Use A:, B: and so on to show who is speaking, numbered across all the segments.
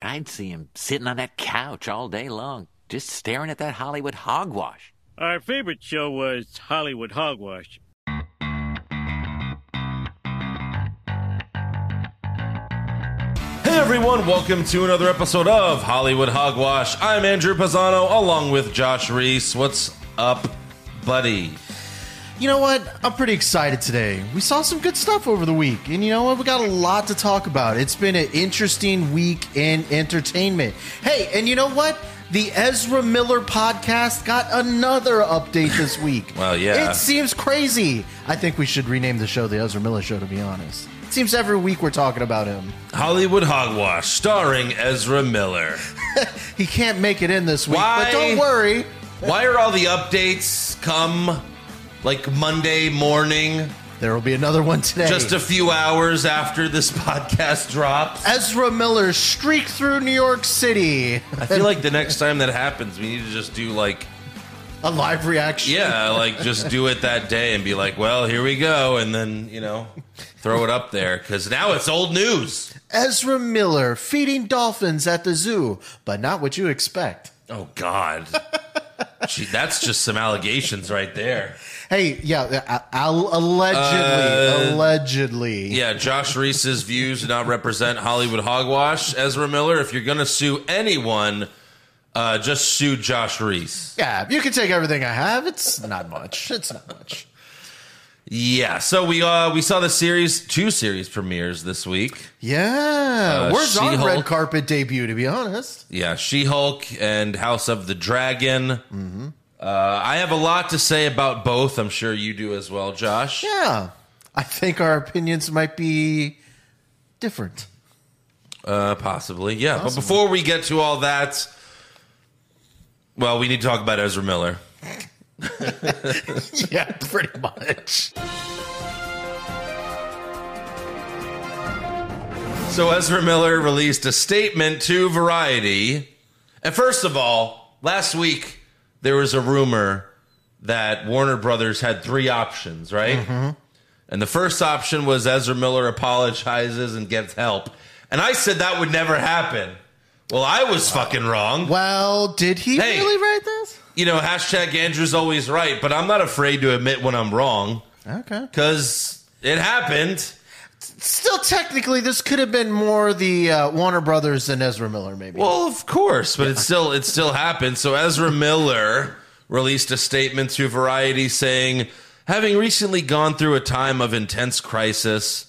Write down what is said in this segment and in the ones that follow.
A: I'd see him sitting on that couch all day long, just staring at that Hollywood hogwash.
B: Our favorite show was Hollywood Hogwash.
C: Hey everyone, welcome to another episode of Hollywood Hogwash. I'm Andrew Pisano along with Josh Reese. What's up, buddy?
D: You know what? I'm pretty excited today. We saw some good stuff over the week, and you know what? We got a lot to talk about. It's been an interesting week in entertainment. Hey, and you know what? The Ezra Miller podcast got another update this week.
C: Well, yeah.
D: It seems crazy. I think we should rename the show the Ezra Miller Show, to be honest. It seems every week we're talking about him.
C: Hollywood Hogwash starring Ezra Miller.
D: He can't make it in this week,
C: Why?
D: but don't worry.
C: Why are all the updates come like Monday morning,
D: There will be another one today.
C: just a few hours after this podcast drops?
D: Ezra Miller streak through New York City.
C: I feel like the next time that happens, we need to just do like,
D: A live reaction.
C: yeah, like just do it that day and be like, well, here we go. And then, you know, throw it up there because now it's old news.
D: Ezra Miller feeding dolphins at the zoo, but not what you expect.
C: Oh God, Gee, that's just some allegations right there.
D: Hey, yeah, uh, al- allegedly, allegedly.
C: Uh, Yeah, Josh Reese's views do not represent Hollywood hogwash. Ezra Miller, if you're gonna sue anyone, uh, just sue Josh Reese.
D: Yeah, you can take everything I have. It's not much. It's not much.
C: Yeah. So we uh, we saw the series two series premieres this week.
D: Yeah,
C: Uh,
D: where's our red
C: She-Hulk.
D: carpet debut? To be honest,
C: Yeah, She Hulk and House of the Dragon. Uh, I have a lot to say about both. I'm sure you do as well, Josh.
D: yeah, I think our opinions might be different.
C: Uh, possibly, yeah. But before we get to all that, well, we need to talk about Ezra Miller.
D: yeah, pretty much.
C: So Ezra Miller released a statement to Variety. And first of all, last week there was a rumor that Warner Brothers had three options, right? And the first option was Ezra Miller apologizes and gets help. And I said that would never happen. Well, I was fucking wrong.
D: Well, did he
C: Hey.
D: really write this?
C: You know, hashtag Andrew's always right, but I'm not afraid to admit when I'm wrong
D: Okay.
C: because it happened.
D: Still, technically, this could have been more the uh, Warner Brothers than Ezra Miller, maybe.
C: Well, of course, but it still it still happened. So Ezra Miller released a statement to Variety saying, "Having recently gone through a time of intense crisis,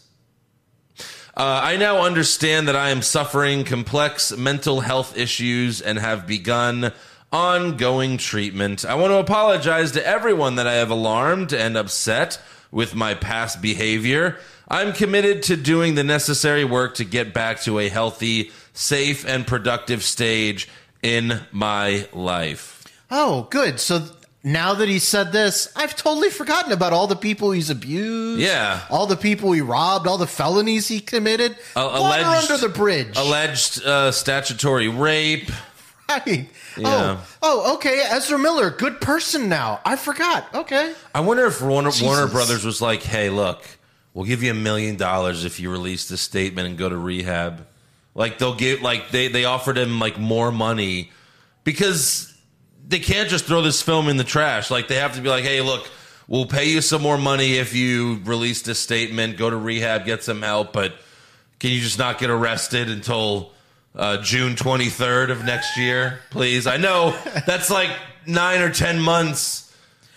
C: uh, I now understand that I am suffering complex mental health issues and have begun." Ongoing treatment. I want to apologize to everyone that I have alarmed and upset with my past behavior. I'm committed to doing the necessary work to get back to a healthy, safe, and productive stage in my life.
D: Oh, good. So th- now that he said this, I've totally forgotten about all the people he's abused.
C: Yeah.
D: All the people he robbed, all the felonies he committed.
C: A-
D: Water under the bridge.
C: Alleged uh, statutory rape.
D: right.
C: Yeah.
D: Oh, oh, okay. Ezra Miller, good person now. I forgot. Okay.
C: I wonder if Warner, Warner
D: Jesus.
C: Brothers was like, hey, look, we'll give you a million dollars if you release this statement and go to rehab. Like, they'll give, like, they, they offered him, like, more money because they can't just throw this film in the trash. Like, they have to be like, hey, look, we'll pay you some more money if you release this statement, go to rehab, get some help, but can you just not get arrested until uh, June 23rd of next year, please? I know that's like nine or 10 months.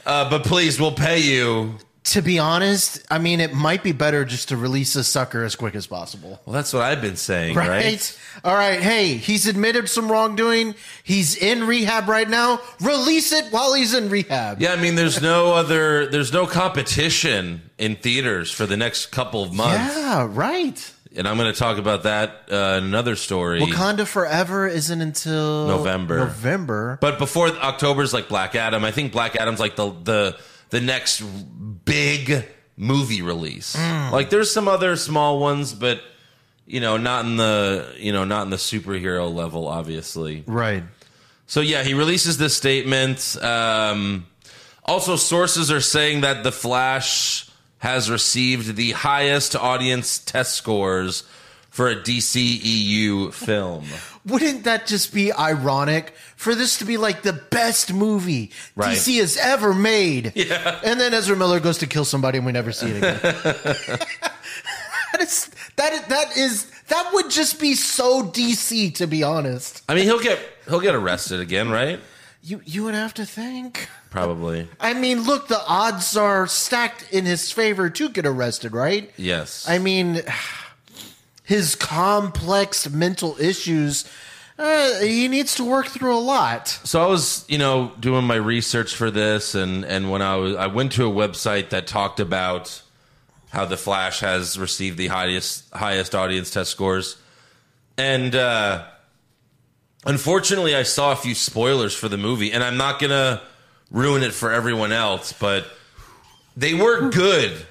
C: Uh, but please, we'll pay you.
D: To be honest, I mean, it might be better just to release this sucker as quick as possible.
C: Well, that's what I've been saying, right?
D: All right. Hey, he's admitted some wrongdoing. He's in rehab right now. Release it while he's in rehab.
C: Yeah, I mean, there's no other, there's no competition in theaters for the next couple of months,
D: Yeah, right.
C: and I'm going to talk about that uh, in another story.
D: Wakanda Forever isn't until
C: November.
D: November.
C: but before October's like Black Adam. I think Black Adam's like the the the next big movie release. Like, there's some other small ones, but you know, not in the you know, not in the superhero level, obviously.
D: right.
C: So yeah, he releases this statement. Um, also, sources are saying that The Flash has received the highest audience test scores for a DCEU film.
D: Wouldn't that just be ironic for this to be like the best movie
C: Right.
D: DC has ever made? Yeah. And then Ezra Miller goes to kill somebody and we never see it again. that, is, that, is, that is that would just be so DC to be honest.
C: I mean, he'll get he'll get arrested again, right?
D: You you would have to think.
C: Probably.
D: I mean, look, the odds are stacked in his favor to get arrested, right?
C: Yes.
D: I mean, his complex mental issues, uh, he needs to work through a lot.
C: so I was, you know, doing my research for this, and and when I was, I went to a website that talked about how the Flash has received the highest highest audience test scores, and uh, unfortunately, I saw a few spoilers for the movie, and I'm not gonna ruin it for everyone else, but they were good.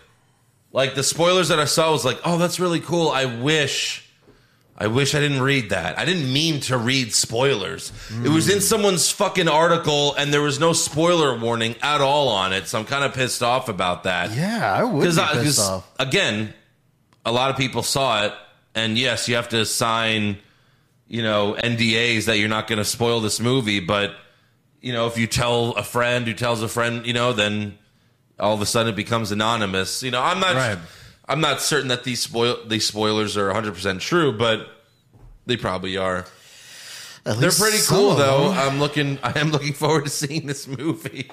C: Like the spoilers that I saw was like, oh, that's really cool. I wish. I wish I didn't read that. I didn't mean to read spoilers. It was in someone's fucking article and there was no spoiler warning at all on it. So I'm kind of pissed off about that.
D: Yeah, I would be
C: Because I-
D: pissed
C: 'cause,
D: off.
C: again, a lot of people saw it, and yes, you have to sign, you know, NDAs that you're not going to spoil this movie. But you know, if you tell a friend who tells a friend, you know, then all of a sudden it becomes anonymous. You know, I'm not,
D: Right.
C: I'm not certain that these spoil these spoilers are 100 percent true, but they probably are.
D: At
C: They're
D: least
C: pretty
D: some
C: cool,
D: of
C: though.
D: them.
C: I'm looking, I am looking forward to seeing this movie,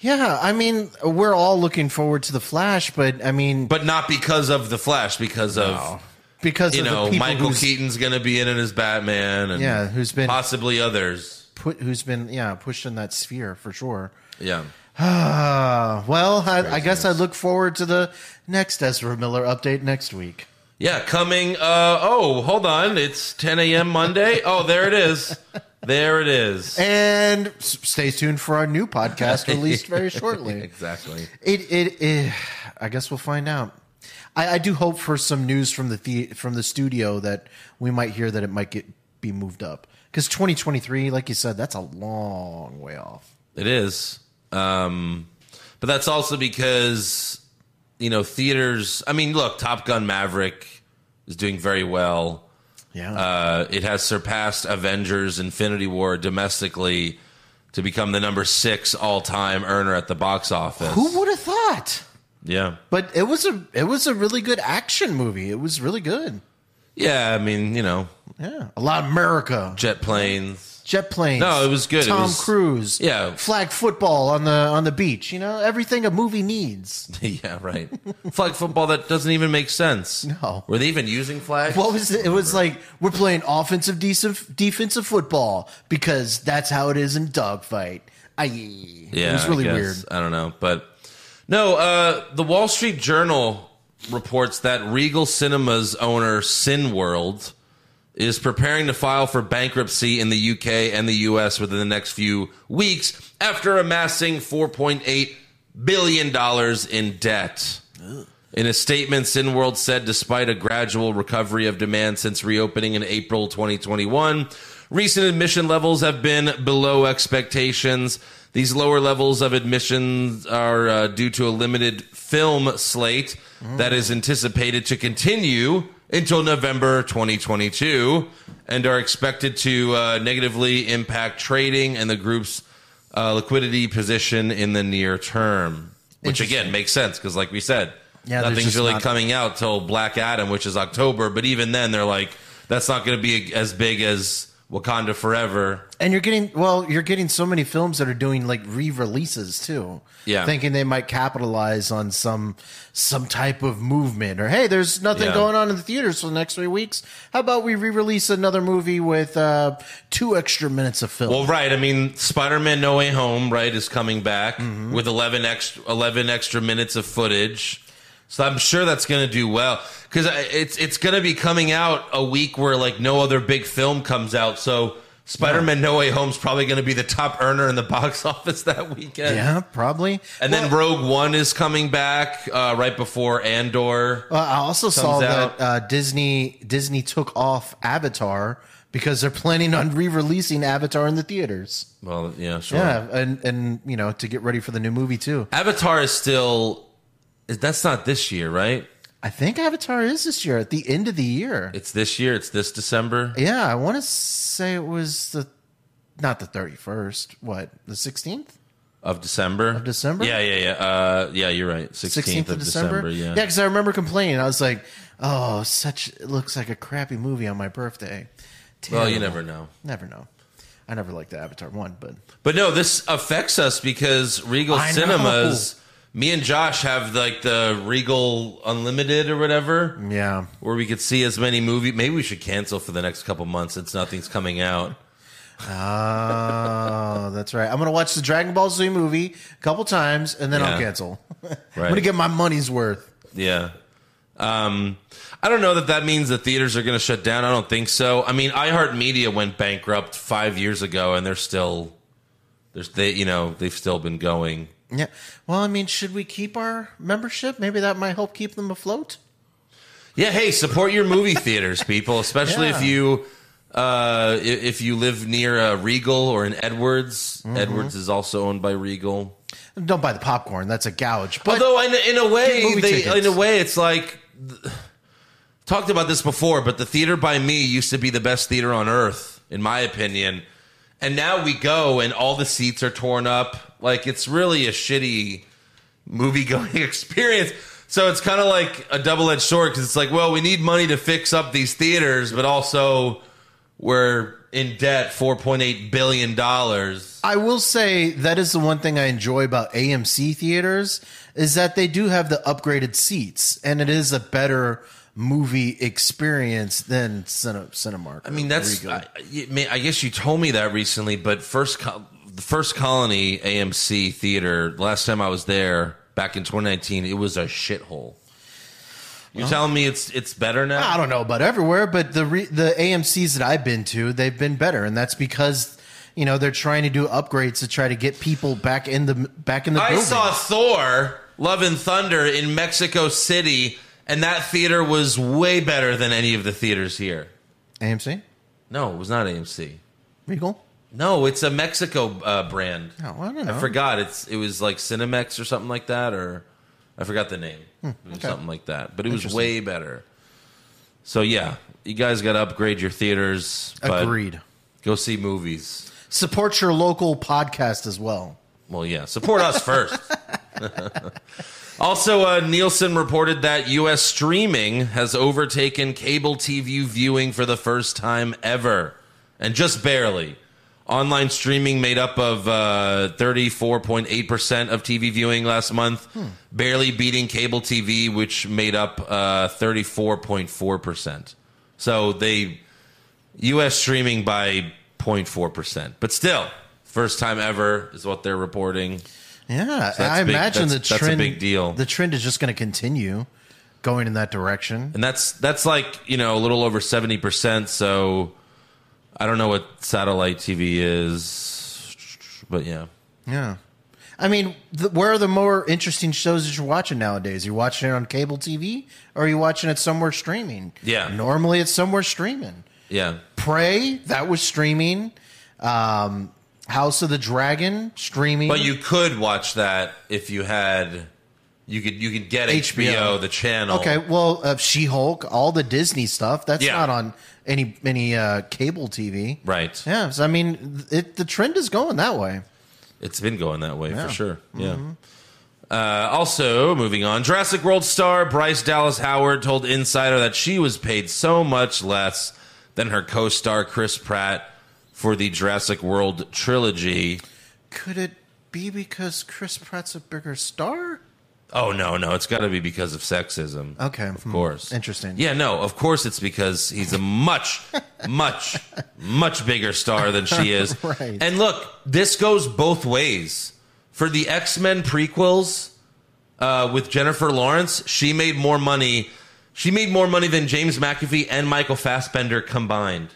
D: Yeah, I mean, we're all looking forward to the Flash, but I mean,
C: but not because of the Flash, because of.
D: because
C: you
D: of
C: know,
D: the people
C: Michael
D: who's
C: Keaton's going to be in it as Batman, and
D: Yeah, who's been-
C: possibly others.
D: put, who's been yeah pushed in that sphere for sure.
C: Yeah,
D: Uh, well, I, I guess I look forward to the next Ezra Miller update next week.
C: yeah. Coming. Uh, oh, hold on. It's 10 a.m. Monday. Oh, there it is. There it is.
D: And s- stay tuned for our new podcast released very shortly.
C: Exactly.
D: It, it, it I guess we'll find out. I, I do hope for some news from the, the from the studio that we might hear that it might get be moved up because 2023, like you said, that's a long way off.
C: It is. Um, but that's also because you know theaters. I mean, look, Top Gun Maverick is doing very well.
D: Yeah,
C: Uh, it has surpassed Avengers Infinity War domestically to become the number six all time earner at the box office.
D: who would have thought?
C: Yeah.
D: But it was a it was a really good action movie. It was really good.
C: Yeah, I mean, you know,
D: Yeah, a lot of America,
C: jet planes.
D: jet planes.
C: No, it was good. It
D: Tom
C: was-
D: Cruise.
C: Yeah.
D: flag football on the on the beach. You know everything a movie needs.
C: yeah, right. Flag football that doesn't even make sense.
D: No.
C: Were they even using flags?
D: What was it? It was like we're playing offensive defensive defensive football because that's how it is in dogfight. Aye.
C: yeah,
D: it was
C: I
D: really
C: guess.
D: weird.
C: I don't know, but no, uh the Wall Street Journal reports that Regal Cinemas owner Cineworld is preparing to file for bankruptcy in the UK and the US within the next few weeks after amassing 4.8 billion dollars in debt. In a statement, Cineworld said despite a gradual recovery of demand since reopening in April 2021, recent admission levels have been below expectations. These lower levels of admissions are uh, due to a limited film slate that is anticipated to continue until November 2022 and are expected to uh, negatively impact trading and the group's uh, liquidity position in the near term. Which again makes sense because, like we said,
D: Yeah, there's
C: nothing's
D: just
C: really
D: not-
C: coming out till Black Adam, which is October. But even then, they're like, that's not going to be as big as Wakanda Forever.
D: And you're getting well, you're getting so many films that are doing like re-releases too.
C: Yeah.
D: Thinking they might capitalize on some some type of movement or hey, there's nothing
C: Yeah.
D: going on in the theaters for the next 3 weeks. How about we re-release another movie with uh 2 extra minutes of film?
C: Well, right. I mean, Spider Man No Way Home, right, is coming back with 11 extra, 11 extra minutes of footage. So I'm sure that's going to do well because it's, it's going to be coming out a week where like no other big film comes out. So Spider Man No Way Home's probably going to be the top earner in the box office that weekend.
D: yeah, probably.
C: And then Rogue One is coming back uh, right before Andor.
D: Uh, I also saw
C: out.
D: that uh, Disney Disney took off Avatar because they're planning on re-releasing Avatar in the theaters.
C: Well, yeah, sure.
D: Yeah, and and you know, to get ready for the new movie too.
C: Avatar is still. That's not this year, right?
D: I think Avatar is this year at the end of the year.
C: It's this year. It's this December.
D: yeah, I want to say it was the not the 31st, what, the 16th?
C: of December. Of
D: December?
C: Yeah, yeah, yeah. Uh, yeah, you're right. 16th,
D: 16th
C: of, December.
D: Yeah,
C: yeah.
D: because I remember complaining. I was like, oh, such, it looks like a crappy movie on my birthday.
C: Well, you
D: Terrible.
C: never know.
D: Never know. I never liked the Avatar one, but
C: But no, this affects us because Regal
D: I know.
C: Cinemas. Me and Josh have like the Regal Unlimited or whatever,
D: yeah,
C: where we could see as many movie. Maybe we should cancel for the next couple months since nothing's coming out.
D: Oh, that's right. I'm gonna watch the Dragon Ball Z movie a couple times, and then I'll
C: Yeah.
D: cancel. I'm
C: Right.
D: gonna get my money's worth.
C: Yeah. Um, I don't know that that means that theaters are going to shut down. I don't think so. I mean, iHeartMedia went bankrupt five years ago, and they're still, there's they, you know, they've still been going.
D: Yeah. Well, I mean, should we keep our membership? Maybe that might help keep them afloat.
C: Yeah, hey, support your movie theaters, people, especially if
D: Yeah.
C: you uh i- if you live near a Regal or an Edwards. Edwards is also owned by Regal.
D: Don't buy the popcorn. That's a gouge. But
C: Although in, in a
D: Get
C: way,
D: movie
C: they, in
D: tickets.
C: a way, it's like talked about this before, but the theater by me used to be the best theater on earth, in my opinion. And now we go, and all the seats are torn up. Like it's really a shitty movie going experience. So it's kind of like a double edged sword because it's like, well, we need money to fix up these theaters, but also we're in debt four point eight billion dollars.
D: I will say that is the one thing I enjoy about AMC theaters is that they do have the upgraded seats, and it is a better movie experience than Cine- Cinemark.
C: I mean, that's. I, I- I mean, I guess you told me that recently, but first, Co- the first Colony AMC theater. Last time I was there back in 2019, it was a shithole. You're telling me it's it's better now?
D: I don't know about everywhere, but the re- the AMC's that I've been to, they've been better, and that's because you know they're trying to do upgrades to try to get people back in the back in the.
C: I
D: building.
C: saw Thor: Love and Thunder in Mexico City, and that theater was way better than any of the theaters here.
D: AMC
C: No, it was not AMC.
D: Regal.
C: No, it's a Mexico uh, brand.
D: Oh, I don't know.
C: I forgot. It's it was like Cinemex or something like that, or I forgot the name, It was
D: Hmm, okay.
C: something like that. But it was
D: Interesting.
C: way better. So yeah, you guys got to upgrade your theaters. But
D: Agreed.
C: Go see movies.
D: Support your local podcast as well.
C: Well, yeah, support us first. also, uh, Nielsen reported that U.S. streaming has overtaken cable TV viewing for the first time ever, and just barely. Online streaming made up of uh, 34.8% of TV viewing last month, barely beating cable TV, which made up uh, 34.4%. So they U.S. streaming by 0.4 percent, but still, first time ever is what they're reporting.
D: Yeah,
C: that's
D: I
C: big-
D: imagine
C: that's-
D: the
C: that's a
D: trend.
C: big deal.
D: The trend is just going to continue going in that direction.
C: And that's that's like you know a little over 70 percent. So I don't know what satellite TV is, but yeah,
D: Yeah. I mean, the, where are the more interesting shows that you're watching nowadays? you watching it on cable TV or are you watching it somewhere streaming?
C: Yeah.
D: Normally it's somewhere streaming.
C: yeah,
D: Prey, that was streaming. Um, House of the Dragon, streaming.
C: but you could watch that if you had. You could you could get HBO,
D: HBO.
C: the channel.
D: Okay, well, uh, She Hulk, all the Disney stuff, that's
C: Yeah.
D: not on any any uh, cable TV.
C: right.
D: Yeah, so I mean, it, the trend is going that way.
C: It's been going that way
D: Yeah. Mm-hmm.
C: for sure. Yeah. Uh, also, moving on, Jurassic World star Bryce Dallas Howard told Insider that she was paid so much less than her co star Chris Pratt for the Jurassic World trilogy.
D: Could it be because Chris Pratt's a bigger star?
C: Oh, no, no. It's got to be because of sexism.
D: Okay,
C: Of
D: hmm,
C: course.
D: interesting.
C: Yeah, no, of course it's because he's a much, much, much bigger star than she is.
D: Right.
C: And look, this goes both ways. For the X Men prequels, uh, with Jennifer Lawrence, she made more money. She made more money than James McAfee and Michael Fassbender combined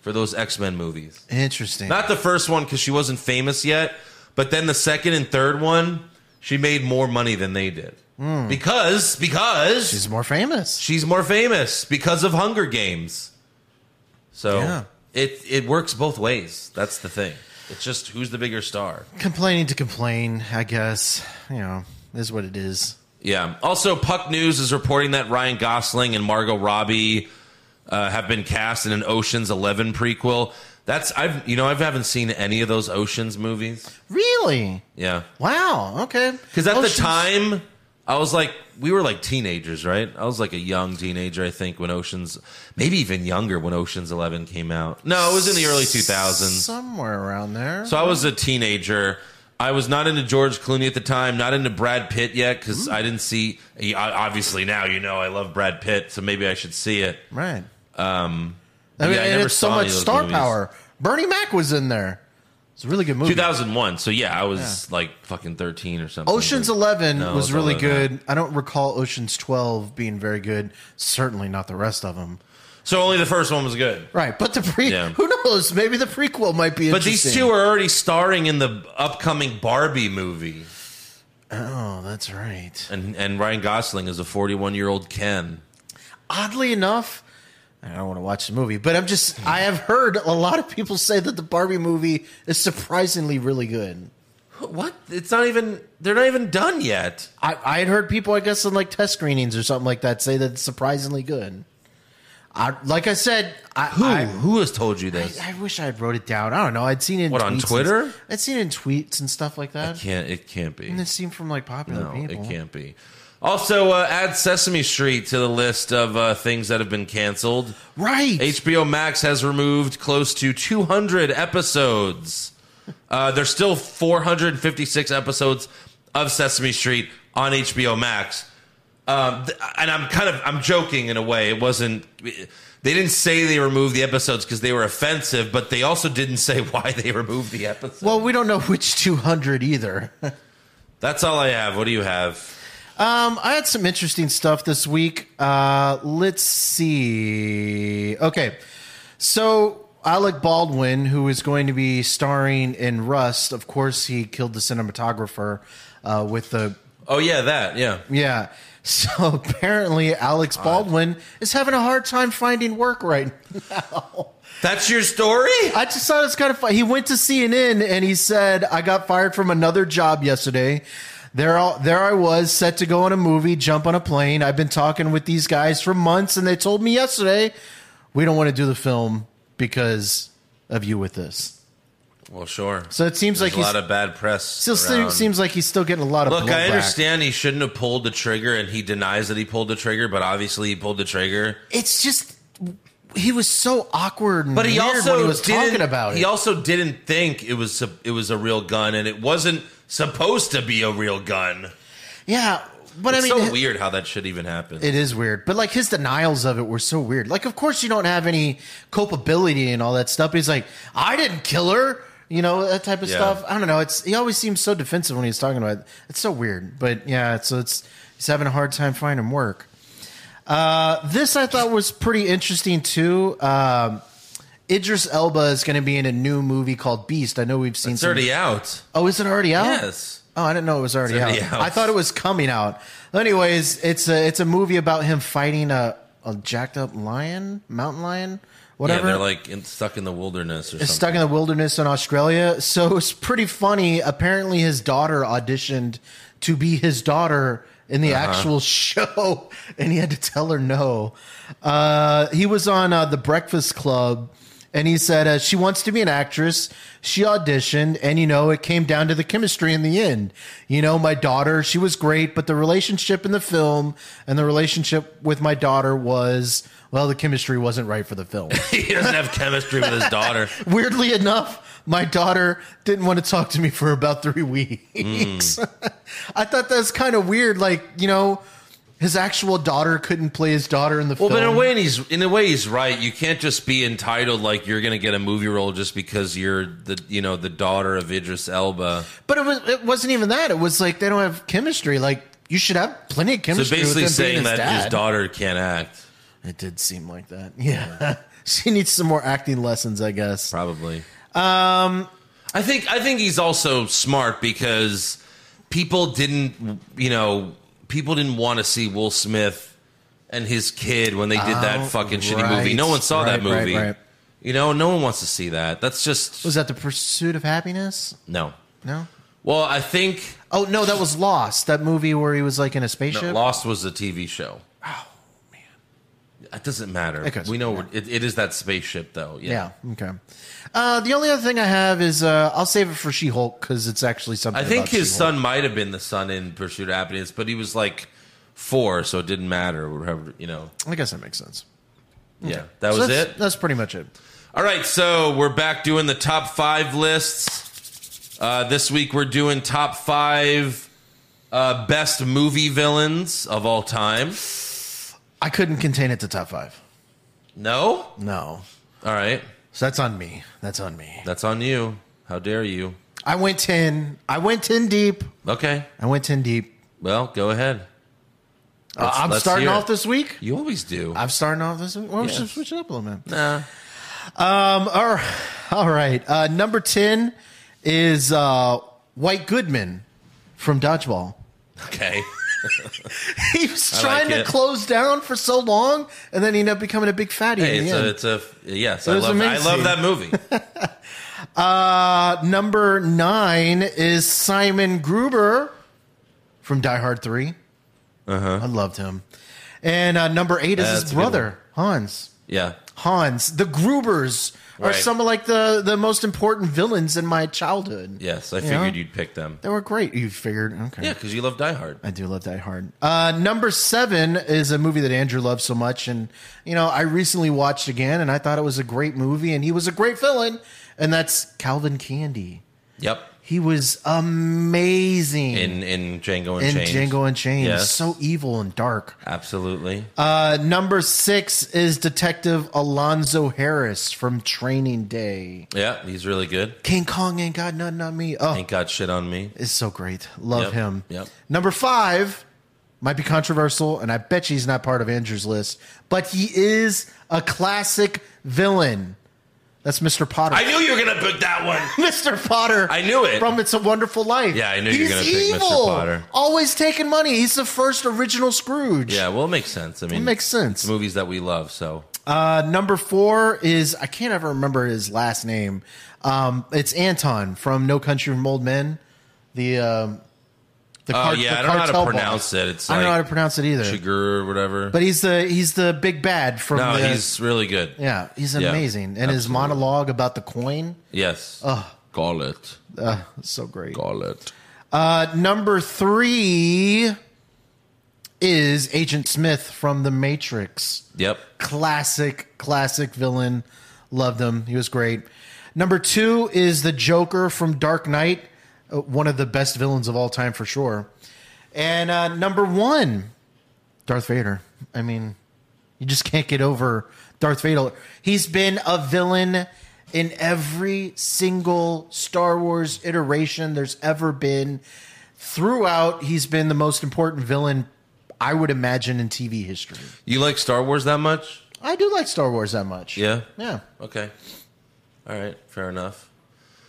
C: for those X Men movies.
D: Interesting.
C: Not the first one because she wasn't famous yet, but then the second and third one, she made more money than they did because because
D: Hmm. She's more famous.
C: she's more famous because of Hunger Games. So
D: Yeah.
C: it it works both ways. That's the thing. It's just who's the bigger star.
D: Complaining to complain, I guess. You know, is what it is.
C: Yeah. Also, Puck News is reporting that Ryan Gosling and Margot Robbie uh, have been cast in an Ocean's Eleven prequel. That's I've you know I haven't seen any of those Ocean's movies.
D: Really?
C: Yeah.
D: Wow. Okay.
C: Because at
D: Ocean's-
C: the time, I was like, we were like teenagers, right? I was like a young teenager, I think, when Ocean's, maybe even younger when Ocean's 11 came out. No, Oh, it was in the early 2000s.
D: somewhere around there.
C: So I was a teenager. I was not into George Clooney at the time, not into Brad Pitt yet, because I didn't see, yeah, obviously now you know I love Brad Pitt, so maybe I should see it.
D: right.
C: Um,
D: I mean,
C: yeah, I
D: and
C: never
D: it's so
C: saw any
D: much
C: of those
D: star
C: movies.
D: power. Bernie Mac was in there. It's a really good movie.
C: 2001, so yeah, I was like fucking 13 or something.
D: Ocean's Eleven
C: No,
D: was
C: it's
D: really
C: older than
D: good. I don't recall Ocean's Twelve being very good. Certainly not the rest of them.
C: So only the first one was good.
D: Right, but the pre.
C: Yeah.
D: Who knows? Maybe the prequel might be.
C: But these
D: interesting.
C: two are already starring in the upcoming Barbie movie,
D: Oh, that's right.
C: and and Ryan Gosling is a 41 year old Ken.
D: Oddly enough, I don't want to watch the movie, but I'm just. I have heard a lot of people say that the Barbie movie is surprisingly really good.
C: What? It's not even. They're not even done yet.
D: I, I had heard people, I guess, in like test screenings or something like that, say that it's surprisingly good. I, like I said, I,
C: Who?
D: I,
C: Who has told you this? I,
D: I wish I had wrote it down. I don't know. I'd seen it in
C: What,
D: tweets
C: on
D: and-
C: Twitter?
D: I'd seen it in tweets and stuff like that.
C: can't. It can't be.
D: And it seemed from like popular
C: No,
D: people.
C: it can't be. Also, uh, add Sesame Street to the list of uh, things that have been canceled.
D: Right.
C: HBO Max has removed close to 200 episodes. Uh, there's still 456 episodes of Sesame Street on HBO Max. Um, th- and I'm kind of I'm joking in a way. It wasn't. They didn't say they removed the episodes because they were offensive, but they also didn't say why they removed the episodes.
D: well, we don't know which 200 either. um,
C: That's all I have. What do you have?
D: I had some interesting stuff this week. Uh, let's see. Okay. So Alec Baldwin, who is going to be starring in Rust, of course, he killed the cinematographer uh, with the
C: Oh yeah, that yeah.
D: yeah. So apparently, Alex Baldwin is having a hard time finding work right now.
C: That's your story.
D: I just thought it was kind of fun. He went to CNN and he said, "I got fired from another job yesterday. There, all, there I was, set to go on a movie, jump on a plane. I've been talking with these guys for months, and they told me yesterday we don't want to do the film because of you with this.
C: Well, sure.
D: So it seems
C: There's
D: like
C: a lot
D: he's
C: of bad press.
D: still se-
C: around.
D: seems like he's still getting a lot of
C: Look, I
D: blowback.
C: understand he shouldn't have pulled the trigger, and he denies that he pulled the trigger, but obviously he pulled the trigger.
D: It's just." He was so awkward and
C: But he
D: weird
C: also
D: when he was
C: didn't,
D: talking about it.
C: He also didn't think it was a- it was a real gun, and it wasn't supposed to be a real gun.
D: yeah, but
C: It's
D: I mean,
C: so weird how that should even happen.
D: It is weird, but like his denials of it were so weird. Like, of course, you don't have any culpability and all that stuff. He's like, I didn't kill her, you know, that type of
C: Yeah.
D: stuff. I don't know. It's he always seems so defensive when he's talking about it. It's so weird, but yeah. So it's he's having a hard time finding work. Uh, this I thought was pretty interesting too. Um, Idris Elba is going to be in a new movie called Beast. I know we've seen.
C: it's
D: some-
C: already out.
D: Oh, is it already out?
C: Yes.
D: Oh, I didn't know it was already,
C: It's already
D: out.
C: out.
D: I thought it was coming out. Anyways, it's a it's a movie about him fighting a, a jacked up lion, mountain lion,
C: Yeah,
D: whatever.
C: they're like in, stuck in the wilderness or something.
D: it's stuck in the wilderness in Australia. So it's pretty funny. Apparently, his daughter auditioned to be his daughter in the
C: Uh-huh.
D: actual show, and he had to tell her no. Uh, he was on uh, the Breakfast Club. And he said uh, she wants to be an actress. She auditioned, and you know it came down to the chemistry in the end. You know, my daughter, she was great, but the relationship in the film and the relationship with my daughter was well, the chemistry wasn't right for the film
C: he doesn't have chemistry with his daughter.
D: weirdly enough, my daughter didn't want to talk to me for about three weeks.
C: Hmm.
D: I thought that was kind of weird. Like, you know, his actual daughter couldn't play his daughter in the
C: Well,
D: film.
C: but in a way, he's in a way he's right. You can't just be entitled like you're going to get a movie role just because you're the you know the daughter of Idris Elba.
D: But it was it wasn't even that. It was like they don't have chemistry. Like you should have plenty of
C: So
D: chemistry.
C: basically,
D: with him being
C: saying that
D: his dad.
C: his daughter can't act,
D: It did seem like that. Yeah. she needs some more acting lessons, I guess.
C: probably. Um, I think I think he's also smart because people didn't, you know, people didn't want to see Will Smith and his kid when they did
D: Oh,
C: that fucking shitty
D: right,
C: movie. No one saw that
D: right, right,
C: movie.
D: right.
C: You know, no one wants to see that. That's just
D: Was that the pursuit of happiness?
C: no.
D: No.
C: Well, I think
D: Oh no, that was Lost. That movie where he was like in a spaceship.
C: No, Lost was a TV show. Oh man, it doesn't matter.
D: It goes-
C: we know it, it is that spaceship though. Yeah.
D: Yeah. Okay. Uh, the only other thing I have is uh, I'll save it for She-Hulk because it's actually something.
C: I think
D: about
C: his
D: She-Hulk.
C: son might have been the son in Pursuit of Happiness, but he was like four, so it didn't matter. or Whatever you know.
D: I guess that makes sense.
C: Yeah, that
D: So
C: was
D: that's,
C: Oh, it.
D: That's pretty much it.
C: All right, so we're back doing the top five lists. Uh, this week we're doing top five uh, best movie villains of all time.
D: I couldn't contain it to top five.
C: No?
D: No.
C: All right.
D: So that's on me. That's on me.
C: That's on you. How dare you?
D: I went ten. I went ten deep.
C: Okay.
D: I went ten deep.
C: Well, go ahead.
D: Uh,
C: Let's-
D: I'm
C: let's
D: starting
C: hear
D: off
C: it.
D: this week.
C: You always do.
D: I'm starting off this. Week. Well, we
C: Yeah.
D: should switch it up a little bit.
C: nah.
D: Um. All right. All right. Uh, number ten is uh, White Goodman from Dodgeball.
C: Okay.
D: he was
C: I
D: trying
C: like
D: to
C: it.
D: close down for so long, and then he ended up becoming a big fatty.
C: Hey,
D: in the
C: it's a,
D: end.
C: it's a yes.
D: It
C: I
D: was
C: love I
D: amazing.
C: love that movie.
D: uh, number nine is Simon Gruber from Die Hard 3. Uh-huh. I loved him. And uh, number eight is
C: That's
D: his
C: a good one.
D: brother, Hans.
C: Yeah.
D: Hans. The Grubers are
C: Right.
D: some of like the, the most important villains in my childhood.
C: Yes, I
D: You know?
C: figured you'd pick them.
D: They were great. You figured. Okay.
C: Yeah, because you love Die Hard.
D: I do love Die Hard. Uh, number seven is a movie that Andrew loves so much, and you know I recently watched again, and I thought it was a great movie, and he was a great villain, and that's Calvin Candy.
C: Yep.
D: He was amazing
C: In in Django and
D: in
C: Chains.
D: Django and Chains,
C: Yes.
D: so evil and dark.
C: Absolutely.
D: Uh, number six is Detective Alonzo Harris from Training Day.
C: yeah, he's really good.
D: King Kong ain't got nothing on me. Oh,
C: Ain't got shit on me.
D: Is so great. Love
C: Yep,
D: him.
C: yep.
D: Number five might be controversial, and I bet you he's not part of Andrew's list, but he is a classic villain. That's Mr. Potter.
C: I knew you were gonna pick that one.
D: Mr. Potter.
C: I knew it.
D: From It's a Wonderful Life.
C: Yeah, I knew
D: he's
C: you were gonna pick Mr.
D: evil,
C: Potter.
D: Always taking money. He's the first original Scrooge.
C: Yeah, well, it makes sense. I mean,
D: It makes sense.
C: it's movies that we love. So
D: Uh, number four is I can't ever remember his last name. Um, it's Anton from No Country for Old Men. The um, the
C: Oh,
D: car-
C: yeah,
D: the
C: I don't know how to
D: cartel
C: pronounce
D: boss.
C: it. It's
D: I don't know
C: like
D: how to pronounce it either.
C: Chigurh or whatever.
D: But he's the he's the big bad from
C: no,
D: the
C: he's really good.
D: yeah he's
C: Yeah,
D: amazing and his
C: absolutely.
D: monologue about the coin
C: Yes. Call it.
D: uh, so great.
C: Call it.
D: Uh, number three is Agent Smith from The Matrix.
C: Yep.
D: classic, classic villain. Loved him. He was great. Number two is the Joker from Dark Knight, uh, one of the best villains of all time for sure. And uh, number one, Darth Vader. I mean, you just can't get over Darth Vader. He's been a villain in every single Star Wars iteration there's ever been. Throughout, he's been the most important villain, I would imagine, in TV history.
C: You like Star Wars that much?
D: I do like Star Wars that much.
C: Yeah.
D: Yeah.
C: Okay. All right. Fair enough.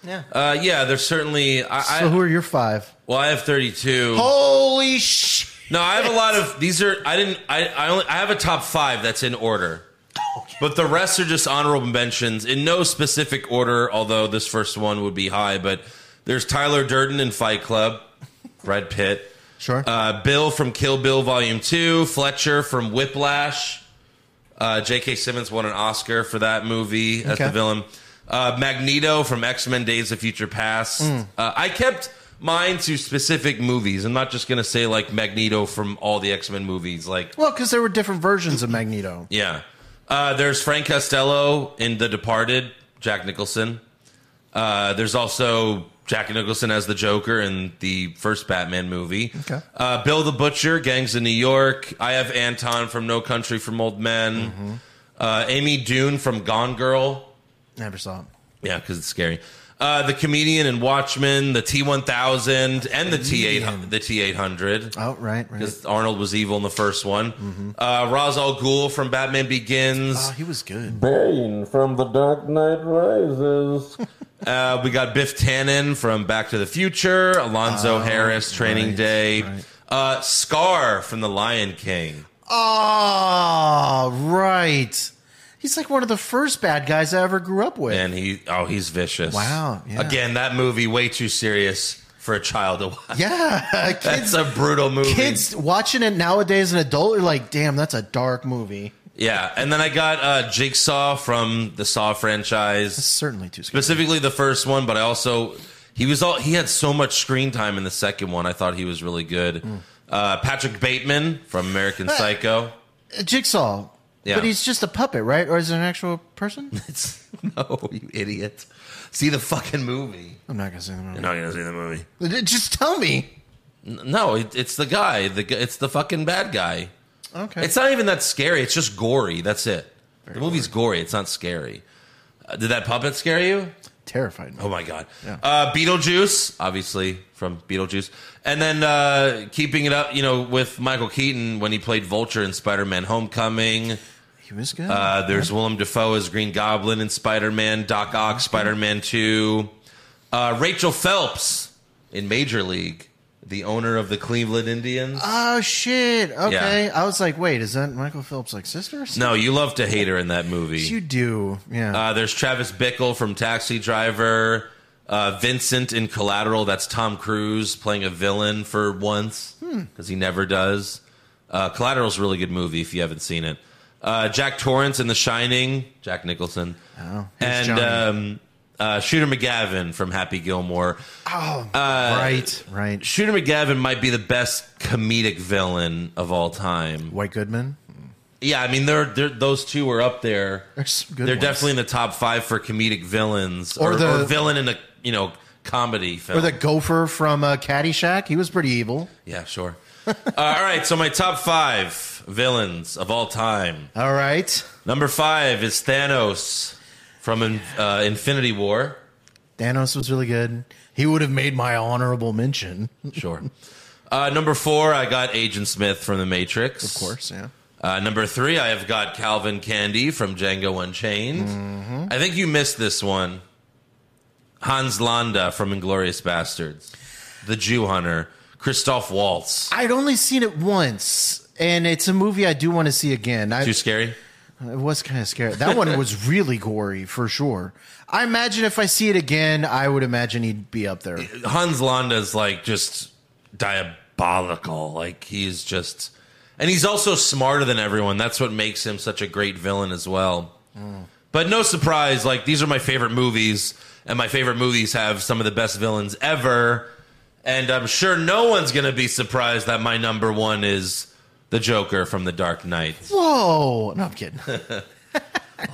D: Yeah.
C: Uh, yeah, there's certainly. I,
D: so
C: I
D: who are your five?
C: well, I have 32.
D: Holy sh!
C: No, I have a lot of these are I didn't I I only I have a top 5 that's in order. But the rest are just honorable mentions in no specific order, although this first one would be high, but there's Tyler Durden in Fight Club, Brad Pitt,
D: Sure.
C: uh, Bill from Kill Bill Volume 2, Fletcher from Whiplash. Uh, J.K. Simmons won an Oscar for that movie as
D: Okay.
C: the villain. Uh, Magneto from X Men Days of Future Past. Uh, I kept mine to specific movies. I'm not just going to say like Magneto from all the X Men movies. Like,
D: well, because there were different versions of Magneto.
C: yeah. Uh, there's Frank Costello in The Departed, Jack Nicholson. Uh, there's also Jack Nicholson as the Joker in the first Batman movie.
D: Okay.
C: Uh, Bill the Butcher, Gangs of New York. I have Anton from No Country for Old Men.
D: Mm-hmm.
C: Uh, Amy Dune from Gone Girl.
D: Never saw it.
C: Yeah, because it's scary. Uh, the comedian and Watchmen, the T1000, and the T8 the T800.
D: Oh, right, Mm-hmm. right.
C: Because Arnold was evil in the first one. Uh, Ra's al Ghul from Batman Begins.
D: Oh, he was good.
C: Bane from The Dark Knight Rises. uh, we got Biff Tannen from Back to the Future, Alonzo Harris, Training
D: Ah, right,
C: Day,
D: right.
C: uh, Scar from The Lion King.
D: Oh, right. He's like one of the first bad guys I ever grew up with.
C: And he, oh, he's vicious.
D: Wow, yeah.
C: Again, that movie, way too serious. for a child to watch.
D: Yeah,
C: That's
D: kids.
C: a brutal movie.
D: Kids watching it nowadays, an adult, you're like, damn, that's a dark movie.
C: Yeah, and then I got uh, Jigsaw from the Saw franchise,
D: Certainly too scary.
C: specifically the first one, but I also he was all he had so much screen time in the second one. I thought he was really good. Uh, Patrick Bateman from American Psycho.
D: Uh, Jigsaw.
C: Yeah.
D: But he's just a puppet, right? Or is it an actual person?
C: It's, no, you idiot. See the fucking movie.
D: I'm not gonna say the movie.
C: You're not gonna see the movie.
D: Just tell me.
C: No, it, it's the guy. The gu- it's the fucking bad guy.
D: Okay.
C: It's not even that scary. It's just gory. That's it. the movie's gory. It's not scary. Uh, did that puppet scare you?
D: terrified. me.
C: Oh my god.
D: Yeah.
C: Uh, Beetlejuice, obviously from Beetlejuice, and then uh, keeping it up, you know, with Michael Keaton when he played Vulture in Spider-Man: Homecoming.
D: He was good.
C: Uh, there's Willem Dafoe as Green Goblin in Spider-Man, Doc Ock, Spider-Man Two, uh, Rachel Phelps in Major League, the owner of the Cleveland Indians.
D: oh shit. Okay. I was like, wait, is that Michael Phillips' like sister? Or something?
C: no, you love to hate her in that movie.
D: You do. Yeah.
C: Uh, there's Travis Bickle from Taxi Driver. Uh, Vincent in Collateral. That's Tom Cruise playing a villain for once
D: Hmm.
C: because he never does. Uh, Collateral's a really good movie if you haven't seen it. Uh, Jack Torrance in The Shining. Jack Nicholson.
D: Oh, here's
C: and
D: Johnny.
C: um, uh, Shooter McGavin from Happy Gilmore.
D: right. Right.
C: Shooter McGavin might be the best comedic villain of all time.
D: White Goodman.
C: Yeah, I mean, they're, they're, those two are up there.
D: There's some good
C: They're
D: ones.
C: definitely in the top five for comedic villains, or,
D: Or
C: or,
D: the-
C: villain in a you know comedy film.
D: or the gopher from uh, Caddyshack. He was pretty evil.
C: yeah, sure. uh, all right, so my top five villains of all time.
D: All right.
C: Number five is Thanos from in, uh, Infinity War.
D: Thanos was really good. He would have made my honorable mention, of
C: Sure. Uh, number four, I got Agent Smith from The Matrix. Of
D: course. Yeah.
C: Uh, number three, I have got Calvin Candy from Django Unchained. I think you missed this one. Hans Landa from Inglorious Bastards, The Jew Hunter, Christoph Waltz.
D: I'd only seen it once, and it's a movie I do want to see again. I,
C: Too scary?
D: It was kind of scary. That one was really gory for sure. I imagine if I see it again, I would imagine he'd be up there.
C: Hans Landa's like just diabolical. Like he's just, and he's also smarter than everyone. That's what makes him such a great villain as well. But no surprise, like these are my favorite movies, and my favorite movies have some of the best villains ever. And I'm sure no one's going to be surprised that my number one is the Joker from The Dark Knight.
D: Whoa! No, I'm kidding.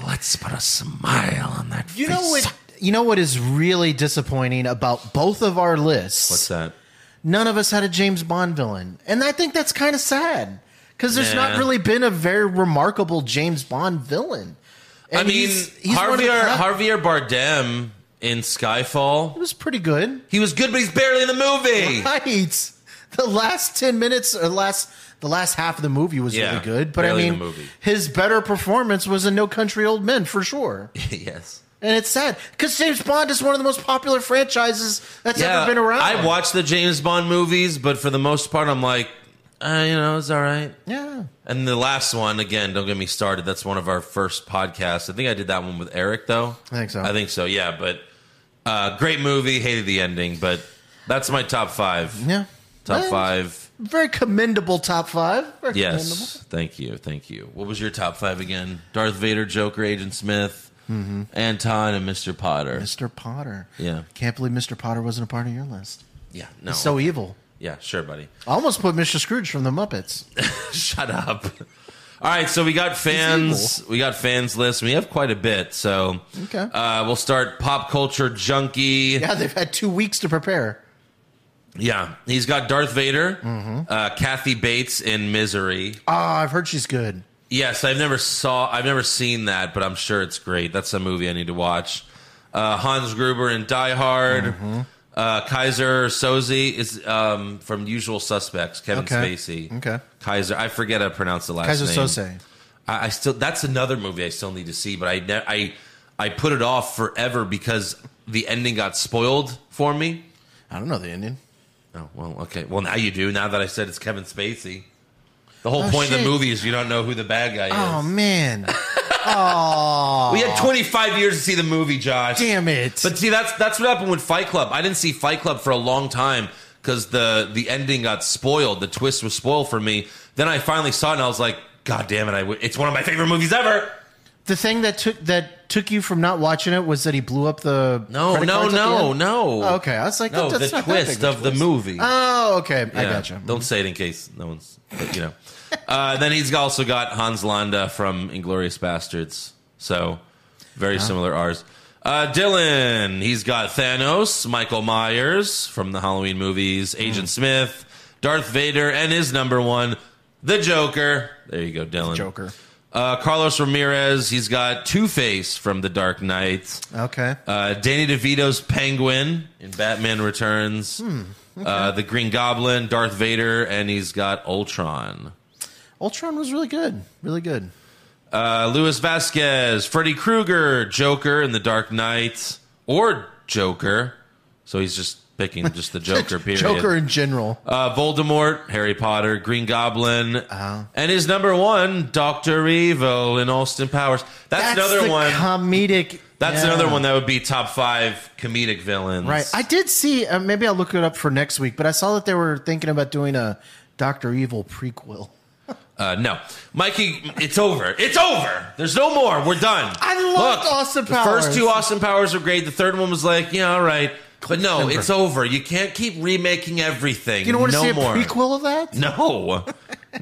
C: Let's put a smile on that
D: You know what? You know what is really disappointing about both of our lists?
C: What's that?
D: None of us had a James Bond villain, and I think that's kind of sad because there's
C: Nah.
D: not really been a very remarkable James Bond villain. And
C: I mean,
D: he's- he's one of the
C: Javier,
D: top-
C: Javier Bardem in Skyfall.
D: he was pretty good.
C: He was good, but he's barely in the movie.
D: Right. The last ten minutes or last the last half of the movie was
C: Yeah,
D: really good, but I
C: barely the
D: mean,
C: movie.
D: his better performance was in No Country Old Men for sure,
C: yes.
D: and it's sad because James Bond is one of the most popular franchises that's
C: Yeah,
D: ever been around.
C: I watched the James Bond movies, but for the most part, I'm like, uh, you know, it's all right.
D: yeah,
C: And the last one, again, don't get me started. That's one of our first podcasts. I think I did that one with Eric, though.
D: I think so.
C: I think so, yeah. But uh, great movie. Hated the ending, but that's my top five.
D: yeah,
C: Top
D: Well,
C: five.
D: very commendable top five. Very commendable.
C: Yes. Thank you. Thank you. What was your top five again? Darth Vader, Joker, Agent Smith,
D: Mm-hmm.
C: Anton, and Mr. Potter.
D: Mr. Potter.
C: Yeah.
D: can't believe Mr. Potter wasn't a part of your list.
C: Yeah. No.
D: So evil.
C: yeah, sure, buddy.
D: I almost put Mr. Scrooge from the Muppets.
C: Shut up. All right, so we got fans. We got fans list. We have quite a bit. So
D: Okay.
C: uh, we'll start pop culture junkie. Yeah,
D: Yeah, they've had two weeks to prepare.
C: he's got Darth Vader,
D: Mm-hmm.
C: uh, Kathy Bates in Misery.
D: Ah, I've heard she's good.
C: Yes, I've never saw. I've never seen that, but I'm sure it's great. That's a movie I need to watch. Uh, Hans Gruber in Die Hard.
D: Mm-hmm.
C: Uh, Kaiser Soze is um, from Usual Suspects. Kevin
D: Okay.
C: Spacey.
D: Okay.
C: Kaiser. I forget how to pronounce the last
D: Kaiser
C: name.
D: Sose.
C: I, I still that's another movie I still need to see, but I ne- I I put it off forever because the ending got spoiled for me.
D: I don't know the Indian.
C: Oh well, okay. Well, now you do. Now that I said it's Kevin Spacey, the whole
D: Oh,
C: point of
D: shit.
C: the movie is you don't know who the bad guy is.
D: Oh man.
C: We had 25 years to see the movie, Josh.
D: Oh, Damn it.
C: But see, that's that's what happened with Fight Club. I didn't see Fight Club for a long time because the the ending got spoiled. The twist was spoiled for me. Then I finally saw it, and I was like, God damn it! I w- it's one of my favorite movies ever.
D: the thing that took that took you from not watching it was that he blew up the
C: No,
D: credit
C: no,
D: cards at the
C: no,
D: end?
C: no.
D: Oh, okay, I was like,
C: no,
D: that- that's
C: the
D: not that
C: twist
D: big a
C: of the movie.
D: Oh, okay, I
C: Yeah.
D: gotcha. Mm-hmm.
C: Don't say it in case no one's, but, you know. uh, then he's also got Hans Landa from Inglorious Bastards. So very similar ours. Uh, Dylan, he's got Thanos, Michael Myers from the Halloween movies,
D: Hmm.
C: Agent Smith, Darth Vader, and his number one, the Joker. There you go, Dylan.
D: Joker.
C: Uh, Carlos Ramirez, he's got Two Face from The Dark Knight.
D: Okay,
C: Uh, Danny DeVito's Penguin in Batman Returns,
D: Hmm,
C: uh, the Green Goblin, Darth Vader, and he's got Ultron.
D: Ultron was really good, really good.
C: Uh, Luis Vasquez, Freddy Krueger, Joker in The Dark Knight, or Joker. So he's just picking just the Joker, period.
D: Joker in general.
C: Uh, Voldemort, Harry Potter, Green Goblin,
D: Uh-huh.
C: and his number one, Doctor Evil in Austin Powers. That's, another
D: the
C: one.
D: comedic.
C: that's
D: yeah.
C: another one that would be top five comedic villains.
D: Right. I did see. Uh, maybe I'll look it up for next week. But I saw that they were thinking about doing a Doctor Evil prequel.
C: Uh, no, Mikey, it's over. It's over. There's no more. We're done.
D: I loved Austin
C: The first
D: Powers.
C: two Austin Powers were great. The third one was like, yeah, all right, but no, it's over. You can't keep remaking everything.
D: You don't want to
C: no
D: see a
C: more.
D: prequel of that?
C: No,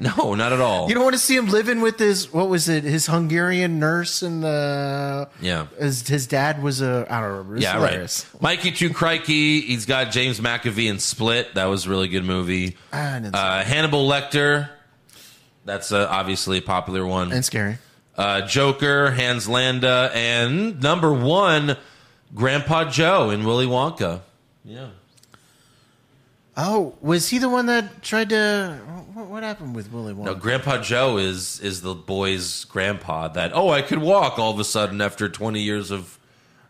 C: no, not at all.
D: You don't want to see him living with his what was it? His Hungarian nurse and the
C: Yeah.
D: His his dad was a I don't remember. It was
C: yeah,
D: hilarious.
C: right. Mikey Two Crikey. He's got James McAvee in Split. That was a really good movie.
D: Ah, and,
C: Uh, Hannibal Lecter. That's uh, obviously a popular one.
D: and scary.
C: uh, Joker, Hans Landa, and number one, Grandpa Joe in Willy Wonka. Yeah.
D: Oh, was he the one that tried to? What, what happened with Willy Wonka?
C: No, Grandpa Joe is is the boy's grandpa. That oh, I could walk all of a sudden after twenty years of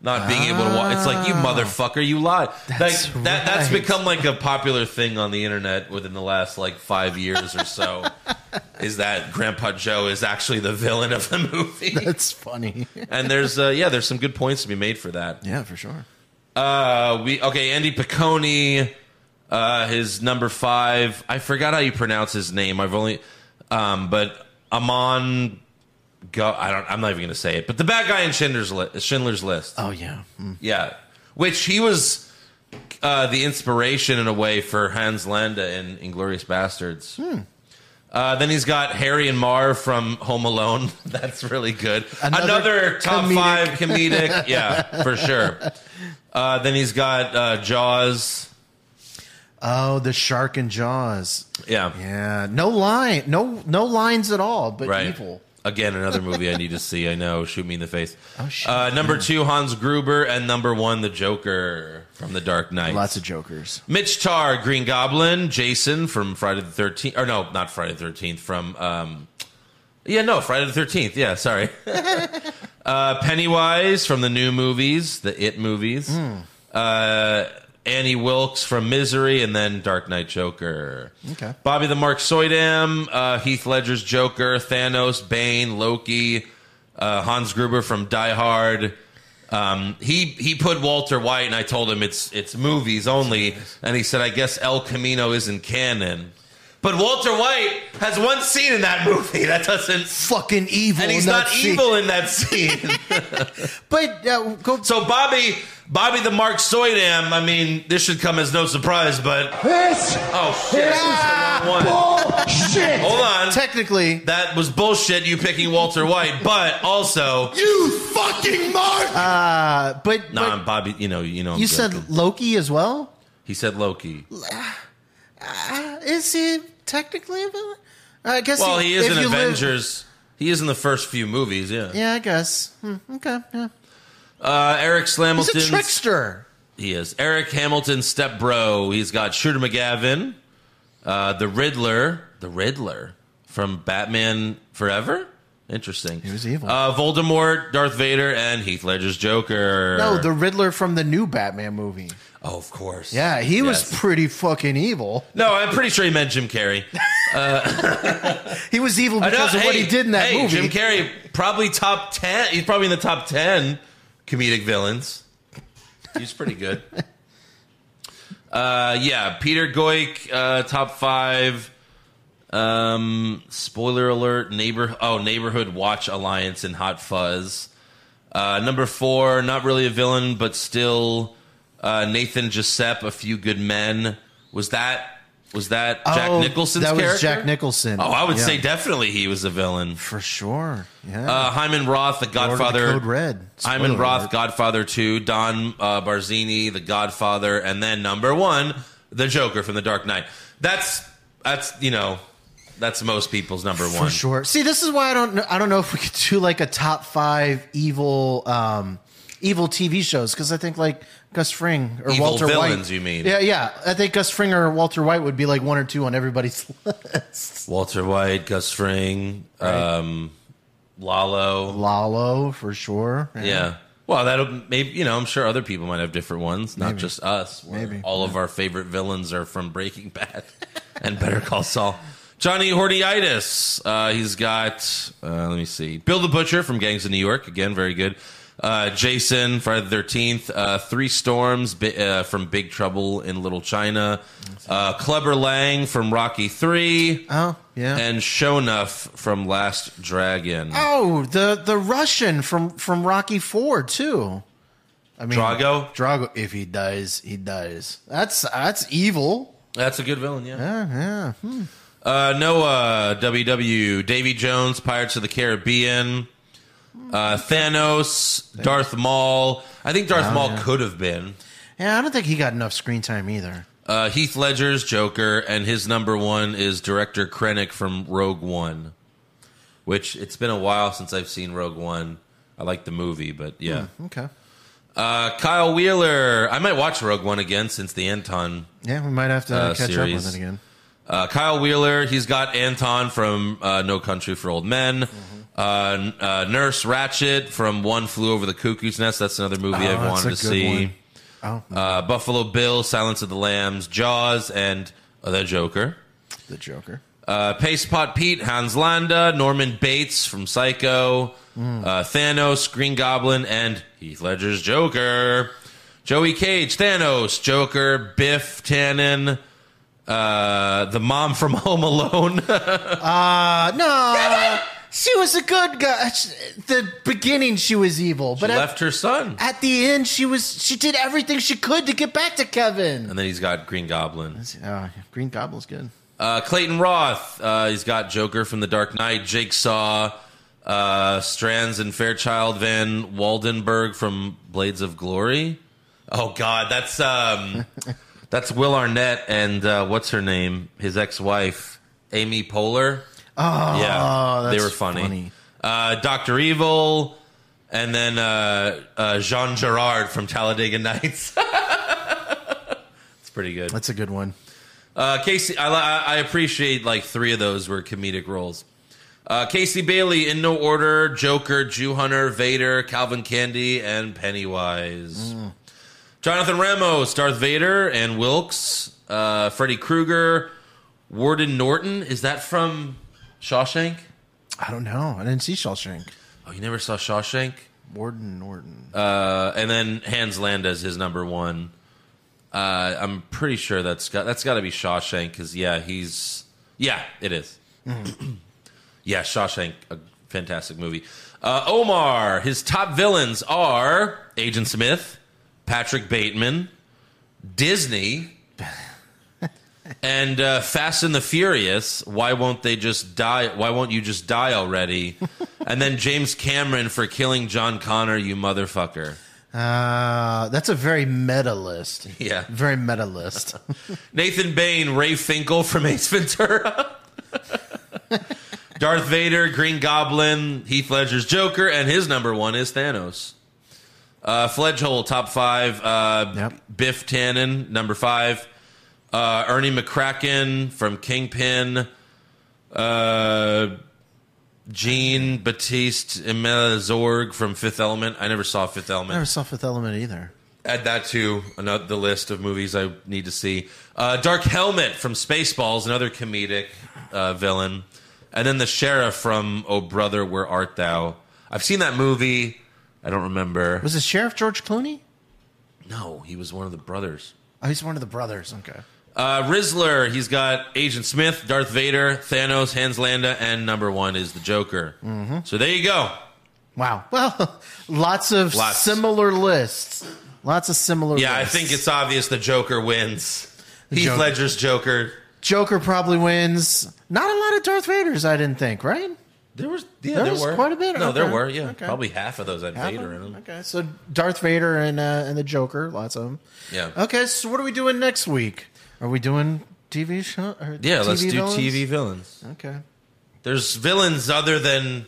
C: not being able to walk. It's like you motherfucker, you lie.
D: Ah. That's
C: like, that that's
D: right.
C: become like a popular thing on the internet within the last like five years or so. is that Grandpa Joe is actually the villain of the movie?
D: That's funny.
C: and there's uh, yeah, there's some good points to be made for that.
D: yeah, for sure.
C: Uh, we okay. Andy Piccone, uh, his number five. I forgot how you pronounce his name. I've only, um, but Amon. Go. I don't. I'm not even gonna say it. But the bad guy in Schindler's List. Schindler's List.
D: Oh yeah. Mm.
C: Yeah, which he was uh, the inspiration in a way for Hans Landa in Inglorious Bastards.
D: Hmm.
C: Uh, then he's got Harry and Marv from Home Alone. That's really good. Another,
D: Another
C: top
D: comedic.
C: five comedic. yeah, for sure. Uh, then he's got uh, Jaws.
D: Oh, the shark and Jaws.
C: Yeah,
D: Yeah, no line, no no lines at all, but
C: right.
D: evil.
C: Again, another movie I need to see. I know. Shoot me in the face.
D: Oh, shit.
C: Uh, number two, Hans Gruber, and number one, the Joker from The Dark Knight.
D: Lots of jokers.
C: Mitch Tar, Green Goblin, Jason from Friday the Thirteenth, or no, not Friday the Thirteenth, from um, yeah, no, Friday the Thirteenth. Yeah, sorry. uh, Pennywise from the new movies, the It movies. Uh, Annie Wilkes from Misery, and then Dark Knight Joker.
D: Okay.
C: Bobby the Mark Soydam, uh, Heath Ledger's Joker, Thanos, Bane, Loki, uh, Hans Gruber from Die Hard. Um, he he put Walter White, and I told him it's it's movies only, and he said, "I guess El Camino isn't canon." But Walter White has one scene in that movie that doesn't,
D: Fucking evil,
C: and he's
D: in that
C: not
D: scene.
C: evil in that scene.
D: But uh, go.
C: so Bobby, Bobby the Mark Soydam. I mean, this should come as no surprise, but
E: This
C: oh shit, this is the wrong one.
E: bullshit.
C: Hold on,
D: technically,
C: that was bullshit. You picking Walter White, but also,
E: You fucking mark.
D: uh, but,
C: nah,
D: but
C: Bobby. You know, you know. I'm
D: you
C: joking.
D: said Loki as well. Uh,
C: he said Loki.
D: Is he technically a villain? Uh, I guess.
C: Well, he is
D: if
C: in
D: you live-
C: Avengers. He is in the first few movies, yeah.
D: yeah, I guess. Hmm, okay, yeah.
C: Uh, Eric
D: He's a
C: Slamilton.
D: trickster.
C: He is. Eric Hamilton, step bro. He's got Shooter McGavin, uh, the Riddler, the Riddler from Batman Forever. Interesting. He
D: was evil.
C: Uh, Voldemort, Darth Vader, and Heath Ledger's Joker.
D: No, the Riddler from the new Batman movie.
C: oh, of course.
D: Yeah, he
C: Yes.
D: was pretty fucking evil.
C: No, I'm pretty sure he meant Jim Carrey.
D: He was evil
C: I know-
D: because of what
C: hey,
D: he did in that
C: hey, Jim
D: movie.
C: Carrey, probably top 10. He's probably in the top 10 comedic villains. He's pretty good. uh, yeah, Peter Goik, uh, top five. Um, spoiler alert, neighbor oh, Neighborhood Watch Alliance and Hot Fuzz. Uh, number four, not really a villain, but still uh, Nathan Giuseppe, A Few Good Men. Was that was that Jack
D: Oh,
C: Nicholson's
D: that
C: character?
D: was Jack Nicholson.
C: Oh, I would
D: Yeah.
C: say definitely he was a villain.
D: for sure. Yeah,
C: Uh, Hyman Roth, The
D: Lord of the
C: Godfather.
D: Code Red.
C: Hyman
D: Spoiler
C: Roth,
D: alert.
C: Godfather 2, Don uh, Barzini, The Godfather, and then number one, The Joker from The Dark Knight. That's, that's you know, that's most people's number
D: for
C: one.
D: sure. See, this is why I don't. kn- I don't know if we could do like a top five evil, um, evil TV shows because I think like Gus Fring or
C: Evil
D: Walter
C: villains,
D: White.
C: you mean.
D: Yeah, yeah. I think Gus Fring or Walter White would be like one or two on everybody's list.
C: Walter White, Gus Fring, um, Lalo.
D: Lalo for sure.
C: Yeah. Well, that'll maybe, you know, I'm sure other people might have different ones, not just us. where
D: Maybe.
C: All of our favorite villains are from Breaking Bad and Better Call Saul. Johnny Hordiitis. Uh, he's got, uh, let me see, Bill the Butcher from Gangs of New York. Again, very good. Uh, Jason, Friday the 13th, uh, Three Storms bi- uh, from Big Trouble in Little China, uh, Clever Lang from Rocky 3,
D: Oh yeah.
C: and Shonuff from Last Dragon.
D: oh, the the Russian from from Rocky Four too. I mean
C: Drago?
D: Drago. If he dies, he dies. That's that's evil.
C: That's a good villain, yeah.
D: Yeah, yeah. Hmm.
C: Uh, Noah, WW, Davy Jones, Pirates of the Caribbean, uh, Thanos, Darth Maul. I think Darth Maul could have been.
D: Yeah, I don't think he got enough screen time either.
C: Uh, Heath Ledger's Joker, and his number one is director Krennic from Rogue One, which it's been a while since I've seen Rogue One. I like the movie, but yeah.
D: Hmm, Okay.
C: Uh, Kyle Wheeler, I might watch Rogue One again since the Anton
D: Yeah, we might have to
C: Uh,
D: catch up
C: series.
D: with it again.
C: Uh, Kyle Wheeler, he's got Anton from uh, No Country for Old Men.
D: Mm-hmm.
C: Uh, n- uh, Nurse Ratchet from One Flew Over the Cuckoo's Nest. That's another movie
D: Oh,
C: I've
D: that's
C: wanted
D: a
C: to
D: good
C: see.
D: one. Oh,
C: Uh, Buffalo Bill, Silence of the Lambs, Jaws, and uh, The Joker.
D: the Joker.
C: Uh, Paste Pot Pete, Hans Landa, Norman Bates from Psycho,
D: Mm.
C: uh, Thanos, Green Goblin, and Heath Ledger's Joker. Joey Cage, Thanos, Joker, Biff Tannen, uh, the mom from Home Alone.
D: Uh, no, she was a good guy. She- The beginning, she was evil, but
C: She
D: at,
C: left her son.
D: at the end, she was she did everything she could to get back to Kevin.
C: And then he's got Green Goblin.
D: Uh, Green Goblin's good.
C: Uh, Clayton Roth. Uh, he's got Joker from The Dark Knight, Jigsaw, uh, Strands and Fairchild, Van Waldenberg from Blades of Glory. Oh God, that's um, that's Will Arnett and uh, what's her name? His ex-wife, Amy Poehler.
D: Oh,
C: yeah, they
D: that's
C: were funny. Uh, Doctor Evil, and then uh, uh, Jean Gerard from Talladega Nights. it's pretty good.
D: That's a good one.
C: Uh, Casey, I, I I appreciate like three of those were comedic roles. Uh, Casey Bailey in no order: Joker, Jew Hunter, Vader, Calvin Candy, and Pennywise. Jonathan Ramos, Darth Vader, and Wilkes. Uh, Freddy Krueger, Warden Norton. Is that from Shawshank?
D: I don't know. I didn't see Shawshank.
C: Oh, you never saw Shawshank?
D: Warden Norton.
C: Uh, and then Hans Landa's his number one. Uh, I'm pretty sure that's got that's got to be Shawshank because yeah, he's yeah, it is. yeah, Shawshank, a fantastic movie. Uh, Omar, his top villains are Agent Smith, Patrick Bateman, Disney, and uh, Fast and the Furious. Why won't they just die? Why won't you just die already? and then James Cameron for killing John Connor, you motherfucker.
D: Uh, that's a very meta list.
C: Yeah.
D: Very meta list.
C: Nathan Bain, Ray Finkel from Ace Ventura. Darth Vader, Green Goblin, Heath Ledger's Joker, and his number one is Thanos. Uh, Fledge Hole, top five. Uh,
D: Yep.
C: Biff Tannen, number five. Uh, Ernie McCracken from Kingpin. Uh, Jean Baptiste Emile Zorg from Fifth Element. I never saw Fifth
D: I never
C: Element.
D: saw Fifth Element either.
C: add that to another, the list of movies I need to see. Uh, Dark Helmet from Spaceballs, another comedic uh, villain, and then the sheriff from Oh Brother, Where Art Thou? I've seen that movie. I don't remember.
D: Was it Sheriff George Clooney?
C: No, he was one of the brothers.
D: Oh, he's one of the brothers. Okay.
C: Uh, Rizzler, he's got Agent Smith, Darth Vader, Thanos, Hans Landa, and number one is the Joker. So there you go.
D: Wow. Well, lots of
C: Lots.
D: similar lists. Lots of similar.
C: Yeah, I
D: lists.
C: think it's obvious the Joker wins. Heath
D: Joker.
C: Ledger's Joker.
D: Joker probably wins. Not a lot of Darth Vaders, I didn't think. Right?
C: There was, yeah,
D: There
C: there,
D: was
C: were
D: quite a bit,
C: No, there
D: okay.
C: were. Yeah,
D: Okay.
C: probably half of those had Vader in them.
D: Okay, so Darth Vader and uh, and the Joker, lots of them.
C: Yeah.
D: Okay, so what are we doing next week? Are we doing TV show? Or
C: Yeah, let's do
D: villains?
C: TV villains.
D: Okay.
C: There's villains other than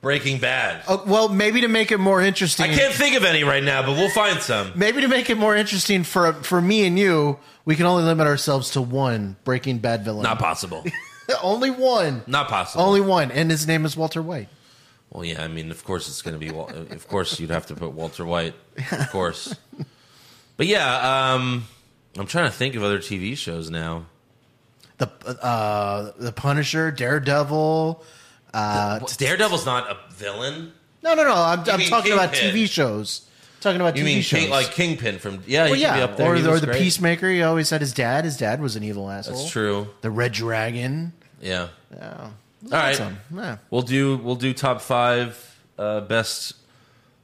C: Breaking Bad.
D: Oh, well, maybe to make it more
C: I
D: interesting.
C: can't think of any right now, but we'll find some.
D: Maybe to make it more interesting for for me and you, we can only limit ourselves to one Breaking Bad villain.
C: Not possible.
D: only one.
C: Not possible.
D: Only one, and his name is Walter White.
C: Well, yeah, I mean, of course it's going to be. Wal- uh, of course, you'd have to put Walter White. Of course. But yeah, um, I'm trying to think of other TV shows now.
D: The uh, the Punisher, Daredevil. Uh,
C: What- Daredevil's not a villain.
D: no, no, no. I'm, I'm
C: mean
D: talking about
C: Kingpin.
D: TV shows. Talking about
C: You
D: TV
C: mean
D: shows
C: King, like Kingpin from? Yeah,
D: Well,
C: he could be
D: yeah,
C: up there.
D: or,
C: He
D: or
C: was
D: the
C: great.
D: peacemaker. He always had his dad. His dad was an evil asshole.
C: That's true.
D: The Red Dragon.
C: Yeah.
D: Yeah.
C: All right.
D: Awesome. Yeah.
C: We'll do we'll do top five uh, best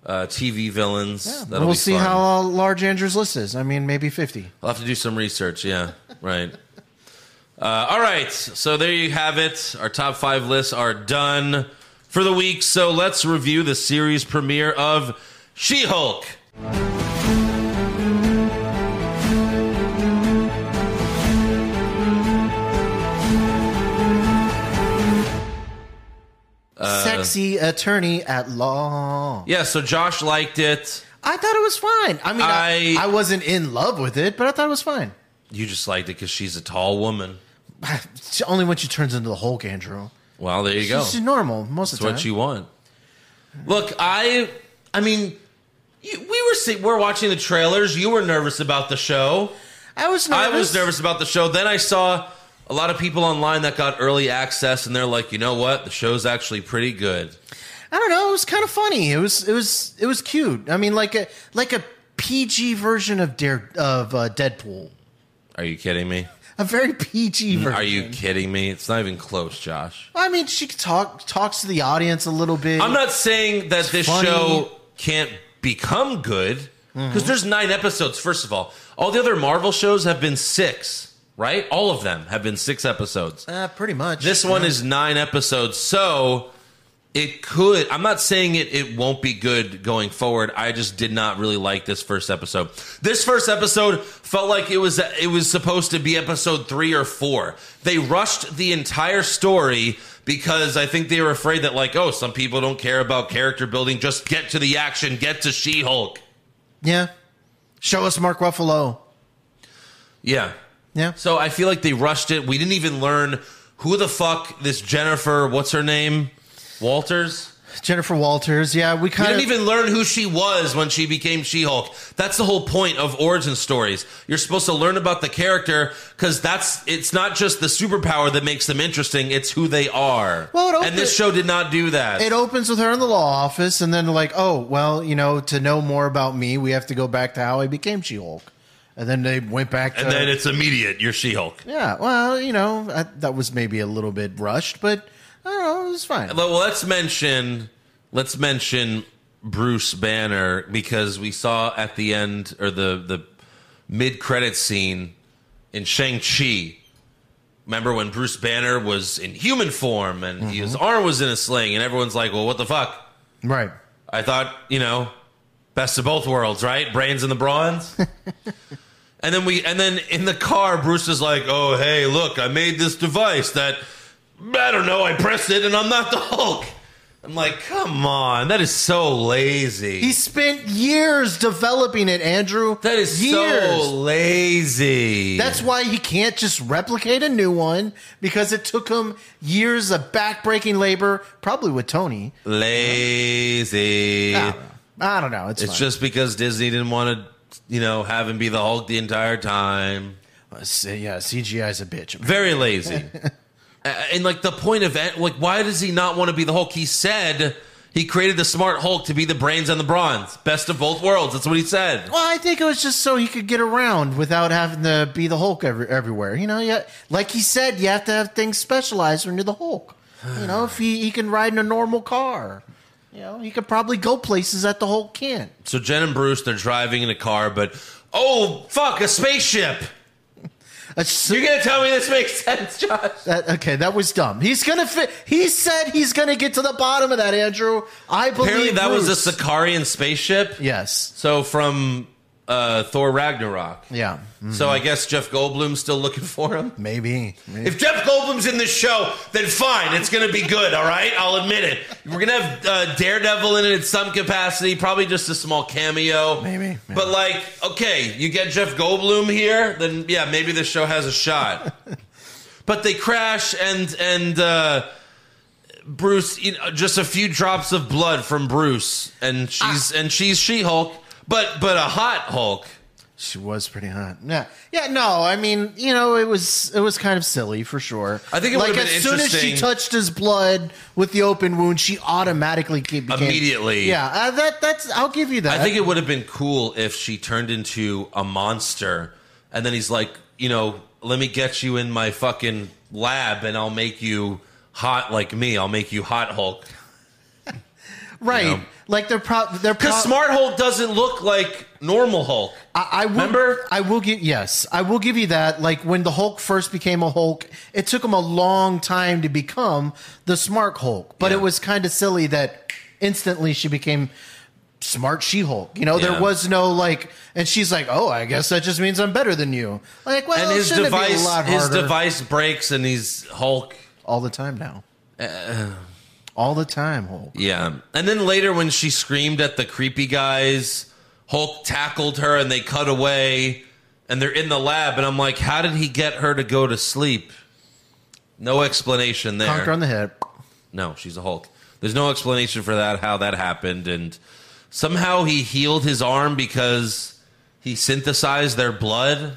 C: uh, TV villains.
D: Yeah.
C: That'll
D: We'll
C: be
D: see
C: fun.
D: how uh, large Andrew's list is. I mean, maybe fifty.
C: I'll have to do some research. Yeah, right. Uh, all right, so there you have it. Our top five lists are done for the week. So let's review the series premiere of She Hulk. Uh,
D: Sexy attorney at law.
C: Yeah, so Josh liked it.
D: I thought it was fine. I mean, I,
C: I-
D: I wasn't in love with it, but I thought it was fine.
C: You just liked it because she's a tall woman.
D: It's only when she turns into the Hulk, Andrew.
C: Well, there you go.
D: She's normal most of
C: That's
D: the time.
C: what you want. Look, I, I mean, you, we were see, we're watching the trailers. You were nervous about the show.
D: I was nervous.
C: I was nervous about the show. Then I saw a lot of people online that got early access, and they're like, you know what? The show's actually pretty good.
D: I don't know. It was kind of funny. It was it was it was cute. I mean, like a like a PG version of Dare of uh, Deadpool.
C: Are you kidding me?
D: A very PG version.
C: Are you kidding me? It's not even close, Josh.
D: I mean, she could talk talks to the audience a little bit.
C: I'm not saying that this
D: funny. Mm-hmm.
C: show can't become good because there's nine episodes. First of all, all the other Marvel shows have been six, right? All of them have been six episodes.
D: uh, pretty much.
C: This one is nine episodes, so it could. I'm not saying it it won't be good going forward. I just did not really like this first episode. This first episode felt like it was it was supposed to be episode three or four. They rushed the entire story because I think they were afraid that like oh some people don't care about character building. Just get to the action. Get to She Hulk.
D: yeah. Show us Mark Ruffalo.
C: Yeah.
D: Yeah.
C: So I feel like they rushed it. We didn't even learn who the fuck this Jennifer. What's her name? Walters.
D: Jennifer Walters. Yeah, we
C: You
D: kind
C: didn't
D: of
C: even learn who she was when she became She Hulk. That's the whole point of origin stories. You're supposed to learn about the character because that's it's not just the superpower that makes them interesting, it's who they are.
D: Well, it opened-
C: and this show did not do that.
D: it opens with her in the law office, and then like, oh well, you know, to know more about me, we have to go back to how I became She Hulk, and then they went back to
C: and then it's immediate. You're She Hulk.
D: yeah. Well, you know, I, that was maybe a little bit rushed, but I don't know, it was fine.
C: Well, let's mention let's mention Bruce Banner because we saw at the end or the the mid credit scene in Shang Chi. Remember when Bruce Banner was in human form and his arm was in a sling, and everyone's like, "Well, what the fuck?"
D: Right.
C: I thought, you know, best of both worlds, right? Brains and the bronze. and then we and then in the car, Bruce is like, "Oh, hey, look, I made this device that I don't know, I pressed it and I'm not the Hulk." I'm like, "Come on, that is so lazy."
D: He spent years developing it, Andrew.
C: that is
D: years.
C: so lazy.
D: That's why he can't just replicate a new one because it took him years of backbreaking labor, probably with Tony.
C: lazy.
D: I don't know. I don't know. Ah, It's,
C: It's
D: fine.
C: just because Disney didn't want to you know, have him be the Hulk the entire time.
D: Uh, c- yeah, CGI's a bitch.
C: Very lazy. Uh, and like the point of it, like, why does he not want to be the Hulk? He said he created the smart Hulk to be the brains on the bronze. Best of both worlds. That's what he said.
D: Well, I think it was just so he could get around without having to be the Hulk every, everywhere. You know, yeah, like he said, you have to have things specialized when you're the Hulk. You know, if he, he can ride in a normal car, you know, he could probably go places that the Hulk can't.
C: So Jen and Bruce, they're driving in a car, but oh, fuck, a spaceship.
D: That's-
C: You're going to tell me this makes sense, Josh?
D: that- okay, that was dumb. He's gonna fit. He said he's gonna get to the bottom of that, Andrew. I believe
C: Apparently, that was
D: Bruce.
C: a Sicarian spaceship.
D: yes,
C: So from uh, Thor Ragnarok.
D: yeah,
C: So I guess Jeff Goldblum's still looking for him.
D: maybe. maybe.
C: If Jeff Goldblum's in this show, then fine. It's going to be good, all right? I'll admit it. We're going to have uh, Daredevil in it in some capacity, probably just a small cameo.
D: Maybe, yeah.
C: But, like, okay, you get Jeff Goldblum here, then yeah, maybe this show has a shot. but they crash, and, and, uh, Bruce, you know, just a few drops of blood from Bruce, and she's
D: Ah.
C: and she's She Hulk, but but a hot Hulk.
D: She was pretty hot. Yeah, yeah. No, I mean, you know, it was it was kind of silly for sure.
C: I think it
D: like
C: would've been
D: as soon as she
C: interesting-
D: touched his blood with the open wound, she automatically ke- became
C: Immediately.
D: Yeah, uh, that that's. I'll give you that.
C: I think it would have been cool if she turned into a monster and then he's like, you know, let me get you in my fucking lab and I'll make you hot like me. I'll make you hot Hulk.
D: right.
C: you know.
D: Like they're pro- they're pro-
C: Because Smart Hulk doesn't look like normal Hulk.
D: I, I will,
C: Remember?
D: I will give yes, I will give you that. Like when the Hulk first became a Hulk, it took him a long time to become the smart Hulk. But
C: Yeah.
D: it was kind of silly that instantly she became smart She Hulk. You know,
C: Yeah.
D: there was no like, and she's like, "Oh, I guess that just means I'm better than you." Like, well,
C: and his
D: shouldn't it be a
C: device
D: lot
C: his
D: harder
C: device breaks and he's Hulk.
D: all the time now, all the time Hulk.
C: Uh, Yeah. And then later when she screamed at the creepy guys, Hulk tackled her and they cut away and they're in the lab and I'm like, how did he get her to go to sleep? No explanation there.
D: Conker on the head.
C: no, she's a Hulk. There's no explanation for that how that happened and somehow he healed his arm because he synthesized their blood.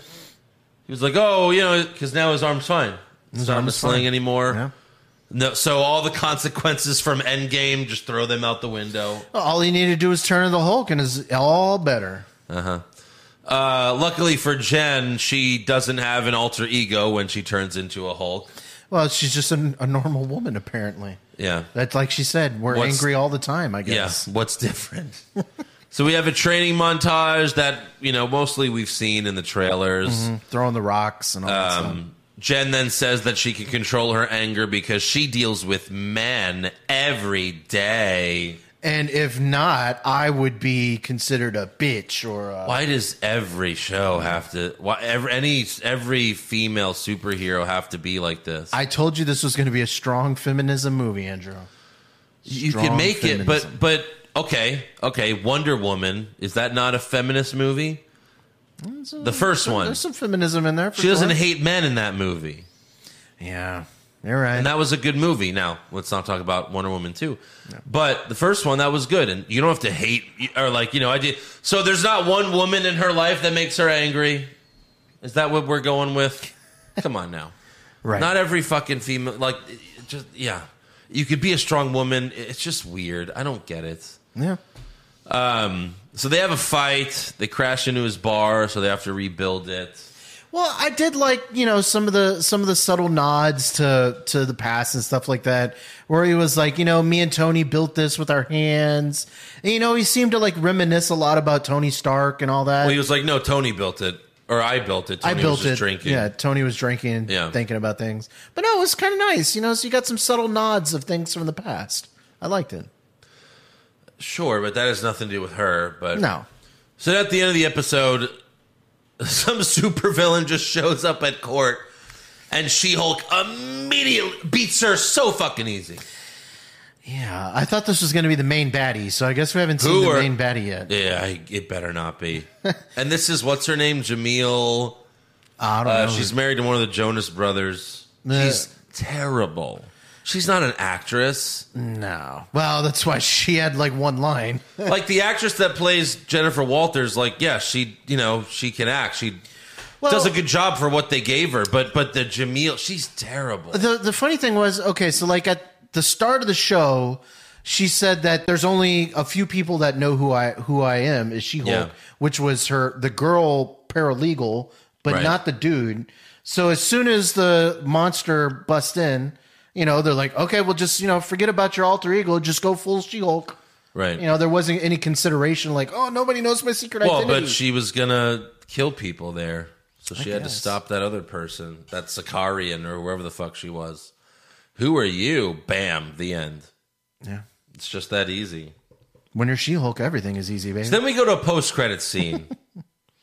C: He was like, "Oh, you know, cuz now his arm's fine. His, arm
D: arm
C: is
D: is
C: sling
D: fine.
C: anymore."
D: Yeah.
C: No, so all the consequences from Endgame, just throw them out the window.
D: All he needed to do was turn into the Hulk, and it's all better.
C: Uh, luckily for Jen, she doesn't have an alter ego when she turns into a Hulk.
D: Well, she's just a, a normal woman, apparently.
C: Yeah.
D: That's like she said, we're
C: What's-
D: angry all the time, I guess.
C: Yeah. What's different? so we have a training montage that, you know, mostly we've seen in the trailers.
D: Throwing the rocks and all that stuff.
C: Um, Jen then says that she can control her anger because she deals with men every day.
D: And if not, I would be considered a bitch or a,
C: Why does every show have to? Why every, any every female superhero have to be like this?
D: I told you this was going to be a strong feminism movie, Andrew.
C: you
D: Strong
C: can make
D: feminism.
C: it, but but okay, okay. Wonder Woman is that not a feminist movie? The first one.
D: There's some feminism in there. For
C: She doesn't
D: sure.
C: hate men in that movie,
D: Yeah, you're right.
C: and that was a good movie. Now let's not talk about Wonder Woman two, but the first one that was good, and you don't have to hate or like you know I did. So there's not one woman in her life that makes her angry. Is that what we're going with? Come on now.
D: right.
C: Not e- every fucking female, like, it- it just yeah. You could be a strong woman. It's just weird. I don't get it.
D: yeah.
C: Um, so they have a fight. They crash into his bar, so they have to rebuild it.
D: Well, I did like you know some of the some of the subtle nods to to the past and stuff like that, where he was like, you know, me and Tony built this with our hands. And, you know, he seemed to like reminisce a lot about Tony Stark and all that.
C: Well, he was like, "No, Tony built it, or I built it.
D: I
C: Tony
D: built
C: was just
D: it.
C: drinking."
D: Yeah, Tony was drinking and
C: Yeah.
D: thinking about things. But no, it was kind of nice, you know. So you got some subtle nods of things from the past. I liked it.
C: Sure, but that has nothing to do with her. But
D: No,
C: So at the end of the episode, some supervillain just shows up at court, and She Hulk immediately beats her so fucking easy.
D: yeah, I thought this was going to be the main baddie, so I guess we haven't
C: Who
D: seen
C: are-
D: the main baddie yet.
C: Yeah, I- it better not be. and this is what's her name, Jameel.
D: I don't
C: Uh,
D: know.
C: she's married to one of the Jonas brothers.
D: Yeah.
C: She's terrible. She's not an actress.
D: No. Well, that's why she had like one line.
C: like the actress that plays Jennifer Walters, like yeah, she you know she can act. She
D: Well-
C: does a good job for what they gave her. But but the Jameel, she's terrible.
D: The the funny thing was, okay, so like at the start of the show, she said that there's only a few people that know who I who I am is She-Hulk,
C: Yeah.
D: which was her the girl paralegal, but
C: Right.
D: not the dude. So as soon as the monster busts in, you know, they're like, okay, well just, you know, forget about your alter ego, just go full She-Hulk.
C: right.
D: You know, there wasn't any consideration like, oh, nobody knows my secret
C: well,
D: identity.
C: but she was gonna kill people there, so she had to stop that other person, that Sicarian or whoever the fuck she was. Who are you? Bam. The end.
D: yeah.
C: It's just that easy.
D: When you're She-Hulk, everything is easy, baby.
C: Then we go to a post credit scene.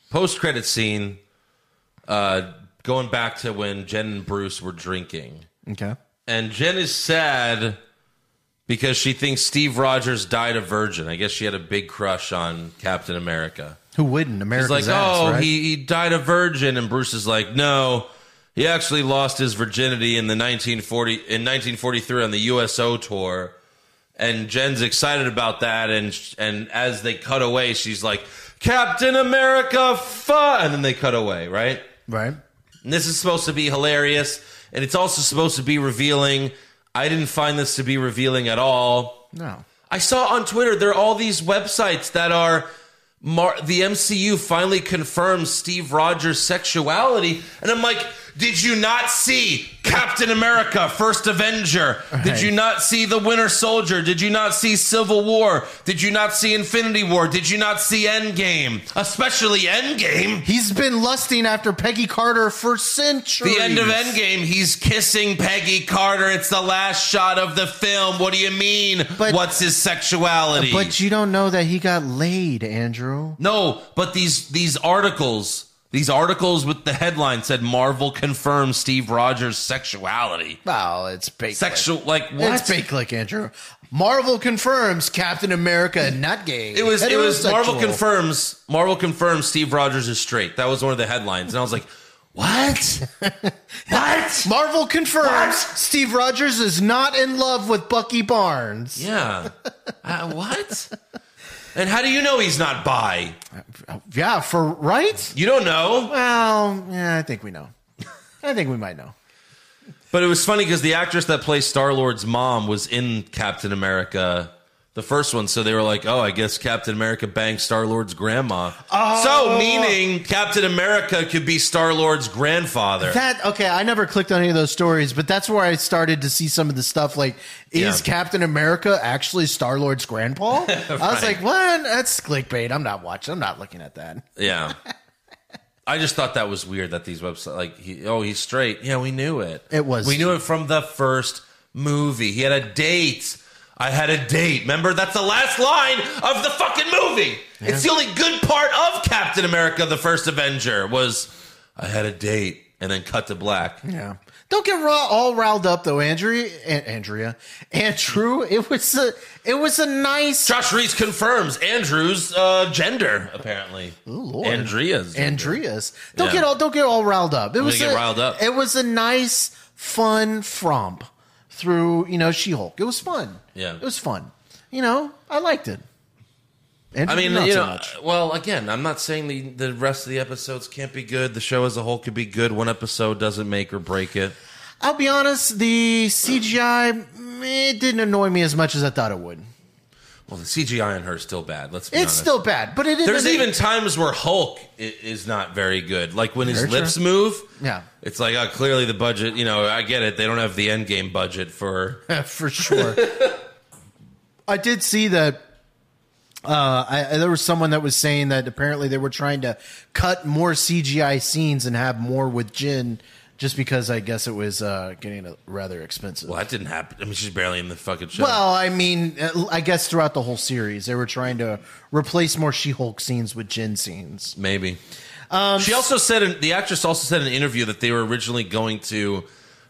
C: post credit scene. Uh, going back to when Jen and Bruce were drinking.
D: okay.
C: And Jen is sad because she thinks Steve Rogers died a virgin. I guess she had a big crush on Captain America.
D: Who wouldn't? America's
C: It's like,
D: ass,
C: oh,
D: right?
C: he, he died a virgin. And Bruce is like, no, he actually lost his virginity in the 1940, in 1943 on the USO tour. And Jen's excited about that. And, sh- and as they cut away, she's like, Captain America, fuck. And then they cut away, right?
D: right.
C: And this is supposed to be hilarious, and it's also supposed to be revealing. I didn't find this to be revealing at all.
D: No.
C: I saw on Twitter there are all these websites that are mar- the MCU finally confirms Steve Rogers' sexuality, and I'm like, did you not see Captain America: First Avenger? Did
D: Right.
C: you not see The Winter Soldier? Did you not see Civil War? Did you not see Infinity War? Did you not see Endgame? Especially Endgame.
D: He's been lusting after Peggy Carter for centuries.
C: The end of Endgame, he's kissing Peggy Carter. It's the last shot of the film. What do you mean?
D: But-
C: What's his sexuality?
D: But you don't know that he got laid, Andrew.
C: no, but these these articles, these articles with the headline said Marvel confirms Steve Rogers' sexuality.
D: Well, it's fake.
C: Sexual, like
D: Click.
C: what?
D: It's fake click, Andrew. Marvel confirms Captain America not gay.
C: It was it was Marvel
D: Heterosexual.
C: confirms Marvel confirms Steve Rogers is straight. That was one of the headlines, and I was like, what? what?
D: Marvel confirms Steve Rogers is not in love with Bucky Barnes.
C: Yeah. Uh, what? And how do you know he's not bi?
D: Yeah, for right?
C: You don't know.
D: Well, yeah, I think we know. I think we might know.
C: But it was funny because the actress that plays Star Lord's mom was in Captain America, the first one. So they were like, "Oh, I guess Captain America banged Star Lord's grandma." So meaning Captain America could be Star Lord's grandfather.
D: That okay, I never clicked on any of those stories, but that's where I started to see some of the stuff like is
C: Yeah.
D: Captain America actually Star Lord's grandpa? I was like, what? That's clickbait. I'm not watching. I'm not looking at that.
C: yeah. I just thought that was weird that these websites like he, oh he's straight yeah we knew it
D: It was-
C: we knew it from the first movie he had a date I had a date remember that's the last line of the fucking movie it's the only good part of Captain America the First Avenger was I had a date and then cut to black
D: Yeah. Don't get raw, all riled up though, Andrea. An- Andrea, Andrew. It was a, it was a nice.
C: Josh Reese confirms Andrew's uh, gender apparently
D: Lord.
C: Andrea's gender.
D: Andreas. Don't
C: Yeah.
D: get all don't get all riled up. It was
C: get
D: a,
C: riled up.
D: It was a nice, fun fromp through you know She Hulk. It was fun.
C: Yeah.
D: it was fun. You know, I liked it. Andrew,
C: I mean,
D: not
C: you
D: so
C: know,
D: much.
C: well, again, I'm not saying the, the rest of the episodes can't be good. The show as a whole could be good. One episode doesn't make or break it.
D: I'll be honest. The CGI mm, it didn't annoy me as much as I thought it would.
C: Well, the CGI on her is still bad. Let's be
D: It's
C: honest.
D: still bad, but it didn't-
C: There's even times where Hulk i- is not very good. Like when his
D: Very
C: lips
D: true.
C: move.
D: Yeah.
C: It's like, oh, clearly the budget, you know, I get it. They don't have the end game budget for.
D: for sure. I did see that. Uh, I, I- there was someone that was saying that apparently they were trying to cut more CGI scenes and have more with Jin, just because I guess it was uh, getting uh, rather expensive.
C: Well, that didn't happen. I mean, she's barely in the fucking show.
D: Well, I mean, uh, I guess throughout the whole series, they were trying to replace more She-Hulk scenes with Jin scenes.
C: Maybe.
D: Um,
C: she also said in, the actress also said in an interview that they were originally going to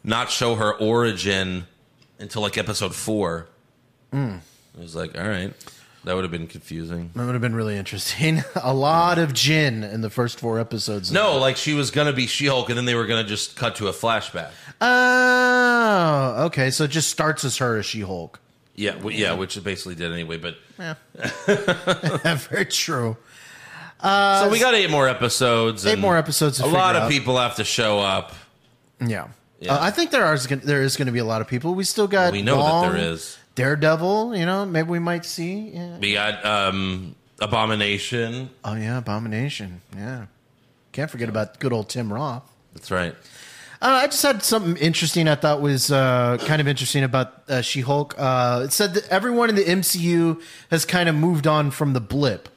C: not show her
D: Hmm.
C: origin until like episode four. It was like, all right, That would have been confusing.
D: That would have been really interesting. a lot of gin in the first four episodes.
C: No, like she was gonna be She Hulk, and then they were gonna just cut to a flashback.
D: Oh, okay. So it just starts as her as She Hulk.
C: Yeah, w- yeah, which it basically did anyway. But
D: Very true.
C: so we got eight more episodes.
D: Eight
C: and
D: Uh, more episodes to
C: A lot
D: figure
C: of
D: out.
C: people have to show up.
D: Yeah.
C: Yeah.
D: Uh, I think there are there is going to be a lot of people. We still got
C: We know that
D: Wong,
C: there is.
D: Daredevil. You know, maybe we might see. Yeah.
C: We got um, Abomination.
D: Oh yeah, Abomination. Yeah, can't forget about good old Tim Roth.
C: That's right.
D: Uh, I just had something interesting I thought was uh, kind of interesting about uh, She Hulk. Uh, it said that everyone in the MCU has kind of moved on from the blip.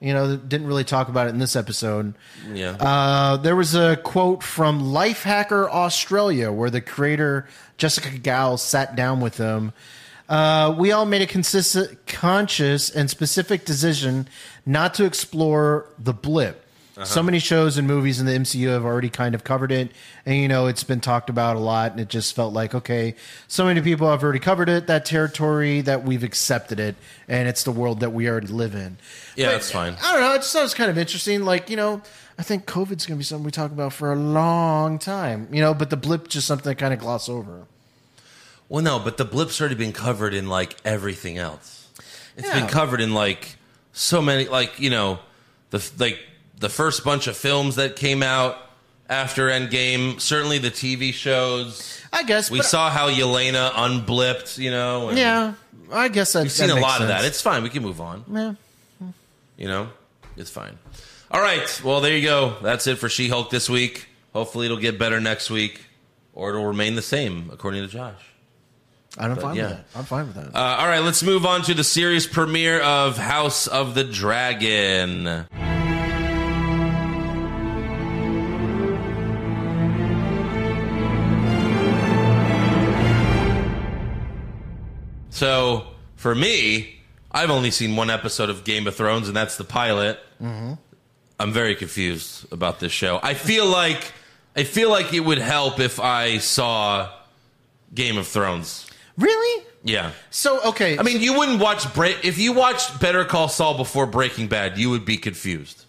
D: You know, didn't really talk about it in this episode.
C: Yeah.
D: Uh, there was a quote from Lifehacker Australia where the creator Jessica Gao sat down with them. Uh, we all made a consistent, conscious, and specific decision not to explore the blip. So many shows and movies in the MCU have already kind of covered it, and you know it's been talked about a lot. And it just felt like, okay, so many people have already covered it, that territory, that we've accepted it, and it's the world that we already live in.
C: yeah,
D: But-
C: that's fine.
D: I don't know. I just thought it was kind of interesting. Like, you know, I think COVID's going to be something we talk about for a long time, you know, but the blip just something to kind of gloss over.
C: Well, no, but the blip's already been covered in like everything else. It's
D: Yeah.
C: been covered in like so many, like you know, the f- like the first bunch of films that came out after Endgame. Certainly the TV shows.
D: I guess.
C: We
D: but-
C: saw how Yelena unblipped. You know. and
D: Yeah. I guess that,
C: We've seen a lot of that. It's fine. We can move on.
D: yeah.
C: You know, it's fine. All right. Well, there you go. That's it for She Hulk this week. Hopefully, it'll get better next week, or it'll remain the same, according to Josh.
D: I'm fine
C: yeah.
D: with that. I'm fine with that.
C: Uh, all right, let's move on to the series premiere of House of the Dragon. So, for me, I've only seen one episode of Game of Thrones, and that's the pilot. Mm-hmm. I'm very confused about this show. I feel like I feel like it would help if I saw Game of Thrones.
D: really?
C: Yeah.
D: So, okay.
C: I mean, you wouldn't watch Break if you watched Better Call Saul before Breaking Bad, you would be confused.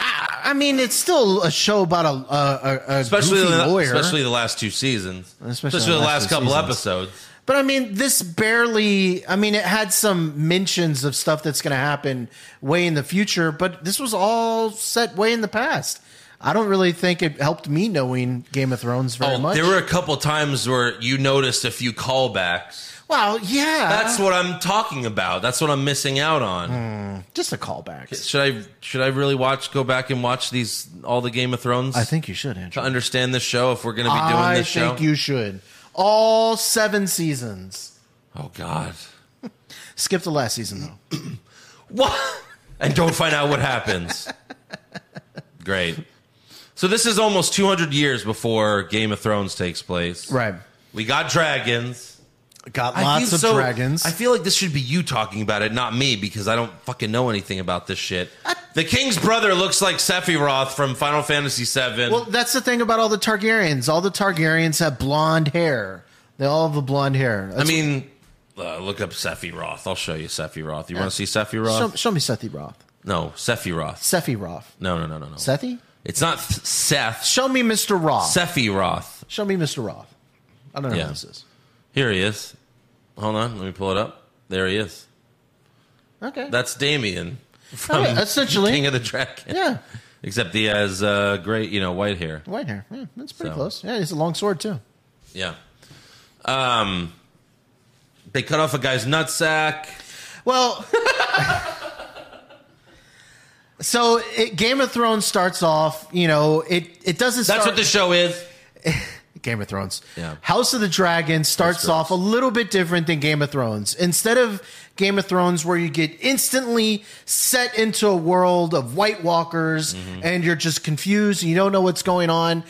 D: I mean, it's still a show about a, a, a, a
C: Especially
D: goofy
C: the,
D: lawyer.
C: especially the last two seasons,
D: Especially
C: especially,
D: the
C: the
D: last
C: last
D: two
C: couple
D: seasons.
C: episodes.
D: But I mean, this barely. I mean, it had some mentions of stuff that's going to happen way in the future, but this was all set way in the past. I don't really think it helped me knowing Game of Thrones very
C: Oh,
D: much.
C: there were a couple times where you noticed a few callbacks.
D: well, yeah,
C: That's what I'm talking about. That's what I'm missing out on.
D: Hmm. just a callback.
C: Should I should I really watch go back and watch these all the Game of Thrones?
D: I think you should,
C: to
D: Andrew.
C: understand this show if we're going to be doing
D: I
C: this show.
D: think you should. All seven seasons.
C: Oh God.
D: Skip the last season though.
C: What? And don't find out what happens. Great. So this is almost 200 years before Game of Thrones takes place.
D: right.
C: We got dragons.
D: Got
C: I
D: lots
C: feel
D: of
C: so-
D: dragons.
C: I feel like this should be you talking about it, not me, because I don't fucking know anything about this shit. the king's brother looks like Sephiroth from Final Fantasy VII.
D: Well, that's the thing about all the Targaryens. All the Targaryens have blonde hair. They all have the blonde hair.
C: I mean, uh, look up Sephiroth. I'll show you Sephiroth. You want to see Sephiroth?
D: Show, show me Sethi Roth.
C: no, Sephiroth.
D: Sethi Roth.
C: No, no, no, no, no.
D: Sethi?
C: It's not th- Seth.
D: Show me Mr. Roth.
C: Sephiroth.
D: show me Mr. Roth. I don't know
C: Yeah.
D: who this is.
C: Here he is. Hold on, let me pull it up. There he is.
D: Okay.
C: That's Damien
D: Oh,
C: from
D: yeah, essentially.
C: King of the Dragon.
D: yeah.
C: Except he has uh, great, you know, white hair.
D: White hair. Yeah, that's pretty
C: So.
D: close. Yeah, it's a long sword too.
C: Yeah. Um, they cut off a guy's nutsack.
D: Well, so it, Game of Thrones starts off. You know, it it doesn't.
C: That's
D: start,
C: what the show is.
D: Game of Thrones.
C: Yeah.
D: House of the Dragon starts
C: gross.
D: off a little bit different than Game of Thrones. Instead of Game of Thrones, where you get instantly set into a world of White Walkers
C: Mm-hmm.
D: and you're just confused and you don't know what's going on,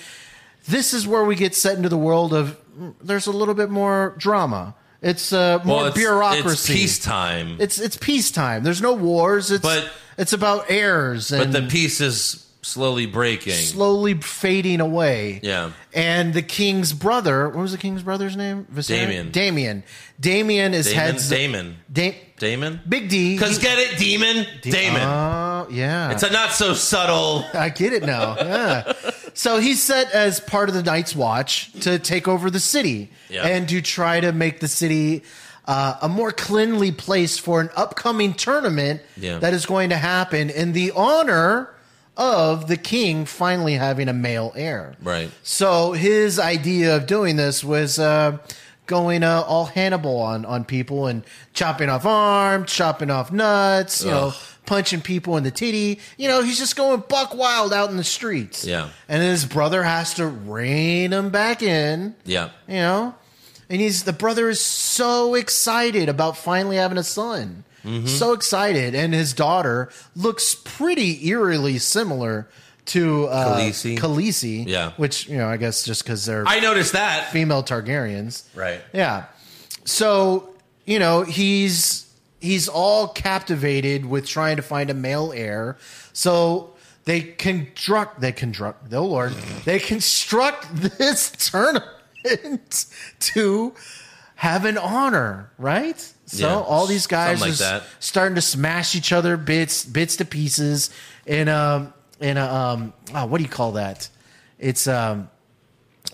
D: this is where we get set into the world of mm, there's a little bit more drama. It's uh, more
C: Well, it's,
D: bureaucracy.
C: It's peacetime,
D: It's it's peacetime. There's no wars. It's
C: But-
D: it's about heirs and
C: but the peace is slowly breaking.
D: slowly fading away.
C: Yeah.
D: And the king's brother, what was the king's brother's name? Viserys?
C: Damien.
D: Damien. Damien is
C: Damon,
D: heads.
C: Damon,
D: Da-
C: Damon.
D: Big D.
C: Cause get it, demon, Damon.
D: Oh, yeah.
C: it's a not so subtle.
D: I get it now. Yeah. so he's set as part of the Night's Watch to take over the city
C: Yeah.
D: and to try to make the city uh, a more cleanly place for an upcoming tournament
C: Yeah.
D: that is going to happen in the honor of the king finally having a male heir.
C: Right.
D: So his idea of doing this was uh, going uh, all Hannibal on on people and chopping off arms, chopping off nuts, you know,
C: Ugh.
D: punching people in the titty. You know, he's just going buck wild out in the streets.
C: Yeah.
D: And his brother has to rein him back in.
C: Yeah.
D: You know? And he's the brother is so excited about finally having a son.
C: Mm-hmm.
D: So excited. And his daughter looks pretty eerily similar to uh,
C: Khaleesi?
D: Khaleesi,
C: Yeah.
D: Which, you know, I guess just because they're
C: I noticed that.
D: female Targaryens.
C: Right.
D: Yeah. So, you know, he's he's all captivated with trying to find a male heir. So they construct they construct oh lord. They construct this tournament to have an honor, right? So
C: Yeah,
D: all these guys
C: something
D: are
C: like that.
D: starting to smash each other bits bits to pieces in um in a um oh, what do you call that? It's um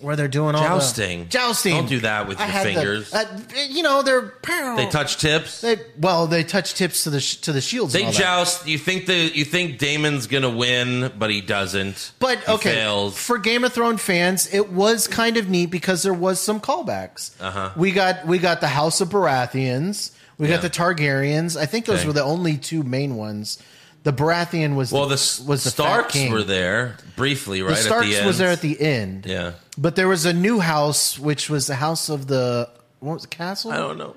D: where they're doing all the-
C: Jousting.
D: jousting.
C: Don't do that with your
D: had the-
C: fingers.
D: uh, you know they're pow.
C: They touch tips. They,
D: Oh. They well they touch tips to the sh- to the shields. and all that.
C: joust. You think the you think Damon's gonna win, but he doesn't.
D: But
C: He
D: okay,
C: fails.
D: for Game of Thrones fans, it was kind of neat because there was some callbacks. Uh-huh. We got we got the House of Baratheons, we
C: Yeah.
D: got the Targaryens. I think those
C: Okay.
D: were the only two main ones. The Baratheon was
C: well,
D: the,
C: the s-
D: was the Fat
C: Starks
D: king.
C: were there briefly, right?
D: The Starks
C: at the end.
D: was there at the end,
C: yeah.
D: but there was a new house, which was the House of the what was the castle?
C: I don't know.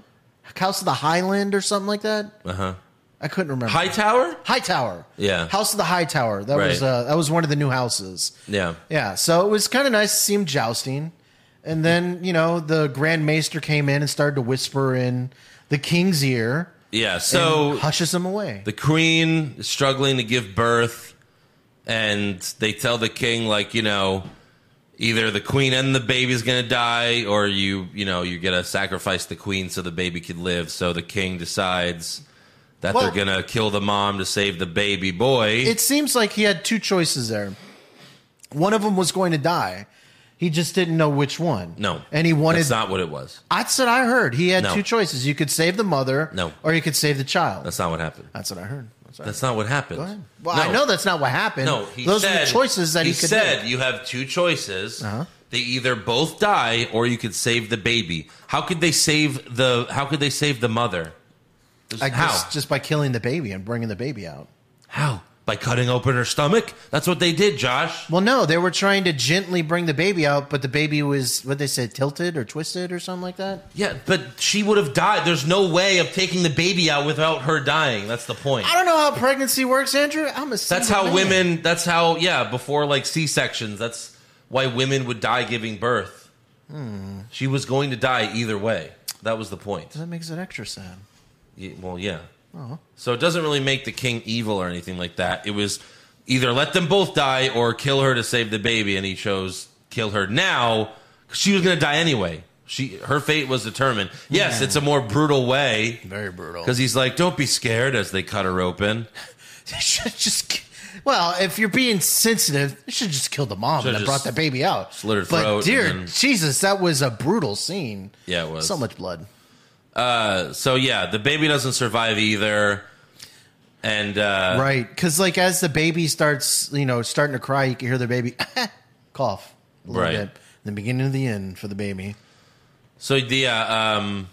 D: House of the Highland or something like that.
C: Uh huh.
D: I couldn't remember.
C: Hightower.
D: High Tower.
C: Yeah.
D: House of the High Tower. That
C: Right.
D: was uh, that was one of the new houses.
C: Yeah.
D: Yeah. So it was kind of nice to see him jousting. And then, you know, the Grand Maester came in and started to whisper in the king's ear.
C: Yeah.
D: and
C: So
D: hushes him away.
C: the queen is struggling to give birth and they tell the king like you know either the queen and the baby's gonna die or you you know you're gonna sacrifice the queen so the baby could live so the king decides that
D: Well-
C: they're gonna kill the mom to save the baby boy
D: it seems like he had two choices there. One of them was going to die. He just didn't know which one.
C: no
D: And he wanted
C: that's not what it was
D: That's what I heard. He had
C: No.
D: two choices. You could save the mother
C: No.
D: or you could save the child.
C: that's not what happened
D: That's what I heard. That's what I heard.
C: that's not what happened
D: Well,
C: No.
D: I know that's not what happened.
C: No, he
D: those
C: said,
D: are the choices that he, could
C: said.
D: make. Uh-huh.
C: You have two choices. They either both die, or you could save the baby. How could they save the? How could they save the mother?
D: I
C: how?
D: guess just by killing the baby and bringing the baby out.
C: how? By cutting open her stomach. That's what they did, Josh.
D: Well, no, they were trying to gently bring the baby out, but the baby was what they said tilted or twisted or something like that.
C: Yeah, but she would have died. There's no way of taking the baby out without her dying. That's the point.
D: I don't know how pregnancy works, Andrew. I'm a single
C: That's how
D: man.
C: women. That's how yeah. Before like C sections. That's why women would die giving birth.
D: Hmm.
C: She was going to die either way. That was the point.
D: That makes it extra sad.
C: Ye- Well, yeah. So it doesn't really make the king evil or anything like that. It was either let them both die or kill her to save the baby, and he chose kill her now 'cause she was going to die anyway. She her fate was determined. Yes, it's a more brutal way
D: Very brutal.
C: because he's like, "Don't be scared," as they cut her open.
D: They should just. ki- Well, if you're being sensitive, they should just kill the mom
C: Should've
D: and then
C: just
D: brought the baby out.
C: slit her
D: But
C: throat
D: dear
C: and then-
D: Jesus, that was a brutal scene.
C: Yeah, it was.
D: so much blood.
C: So yeah, the baby doesn't survive either, and uh,
D: Right, because like as the baby starts, you know, starting to cry, you can hear the baby cough a little
C: Right.
D: bit. The beginning of the end for the baby.
C: So the uh, um,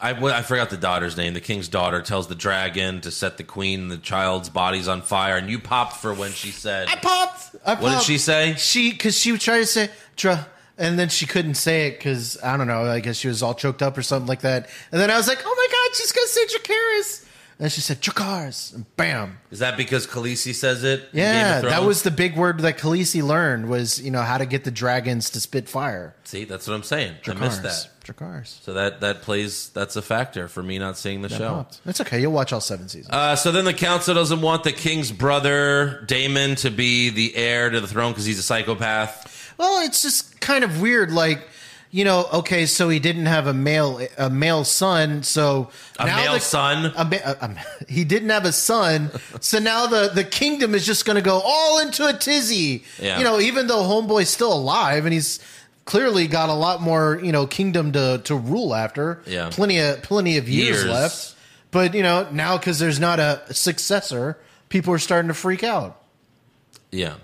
C: I well, I forgot the daughter's name. The king's daughter tells the dragon to set the queen and the child's bodies on fire, and you popped for when she said,
D: I popped. I popped.
C: "What did she say?"
D: She because she would try to say "Dra," and then she couldn't say it because I don't know. I guess she was all choked up or something like that. And then I was like, "Oh my god, she's gonna say Dracaris!" Then she said, Chakars. And bam.
C: Is that because Khaleesi says it? in Game
D: Yeah,
C: of
D: that
C: Thrones?
D: was the big word that Khaleesi learned was, you know, how to get the dragons to spit fire.
C: See, that's what I'm saying. I missed that.
D: Dracars.
C: So that that plays. That's a factor for me not seeing the show.
D: That's okay. You'll watch all seven seasons.
C: Uh, so then the council doesn't want the king's brother Damon to be the heir to the throne because he's a psychopath.
D: Well, it's just kind of weird. Like, you know, okay, so he didn't have a male a male son, so
C: A
D: now
C: male
D: the-
C: son?
D: A, ma- a- a- uh, he didn't have a son, so now the the kingdom is just going to go all into a tizzy.
C: Yeah.
D: You know, even though Homeboy's still alive and he's clearly got a lot more you know kingdom to to rule after.
C: Yeah.
D: plenty of plenty of
C: Years.
D: years, left. But you know now because there's not a successor, people are starting to freak out.
C: Yeah.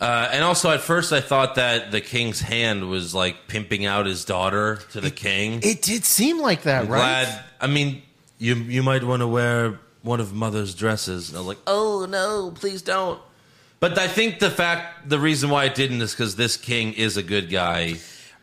C: Uh, and also, at first, I thought that the king's hand was like pimping out his daughter to the king.
D: It did seem like that, right?
C: Glad. I mean, you you might want to wear one of mother's dresses. And I was like, oh no, please don't. But I think the fact, the reason why it didn't is because this king is a good guy,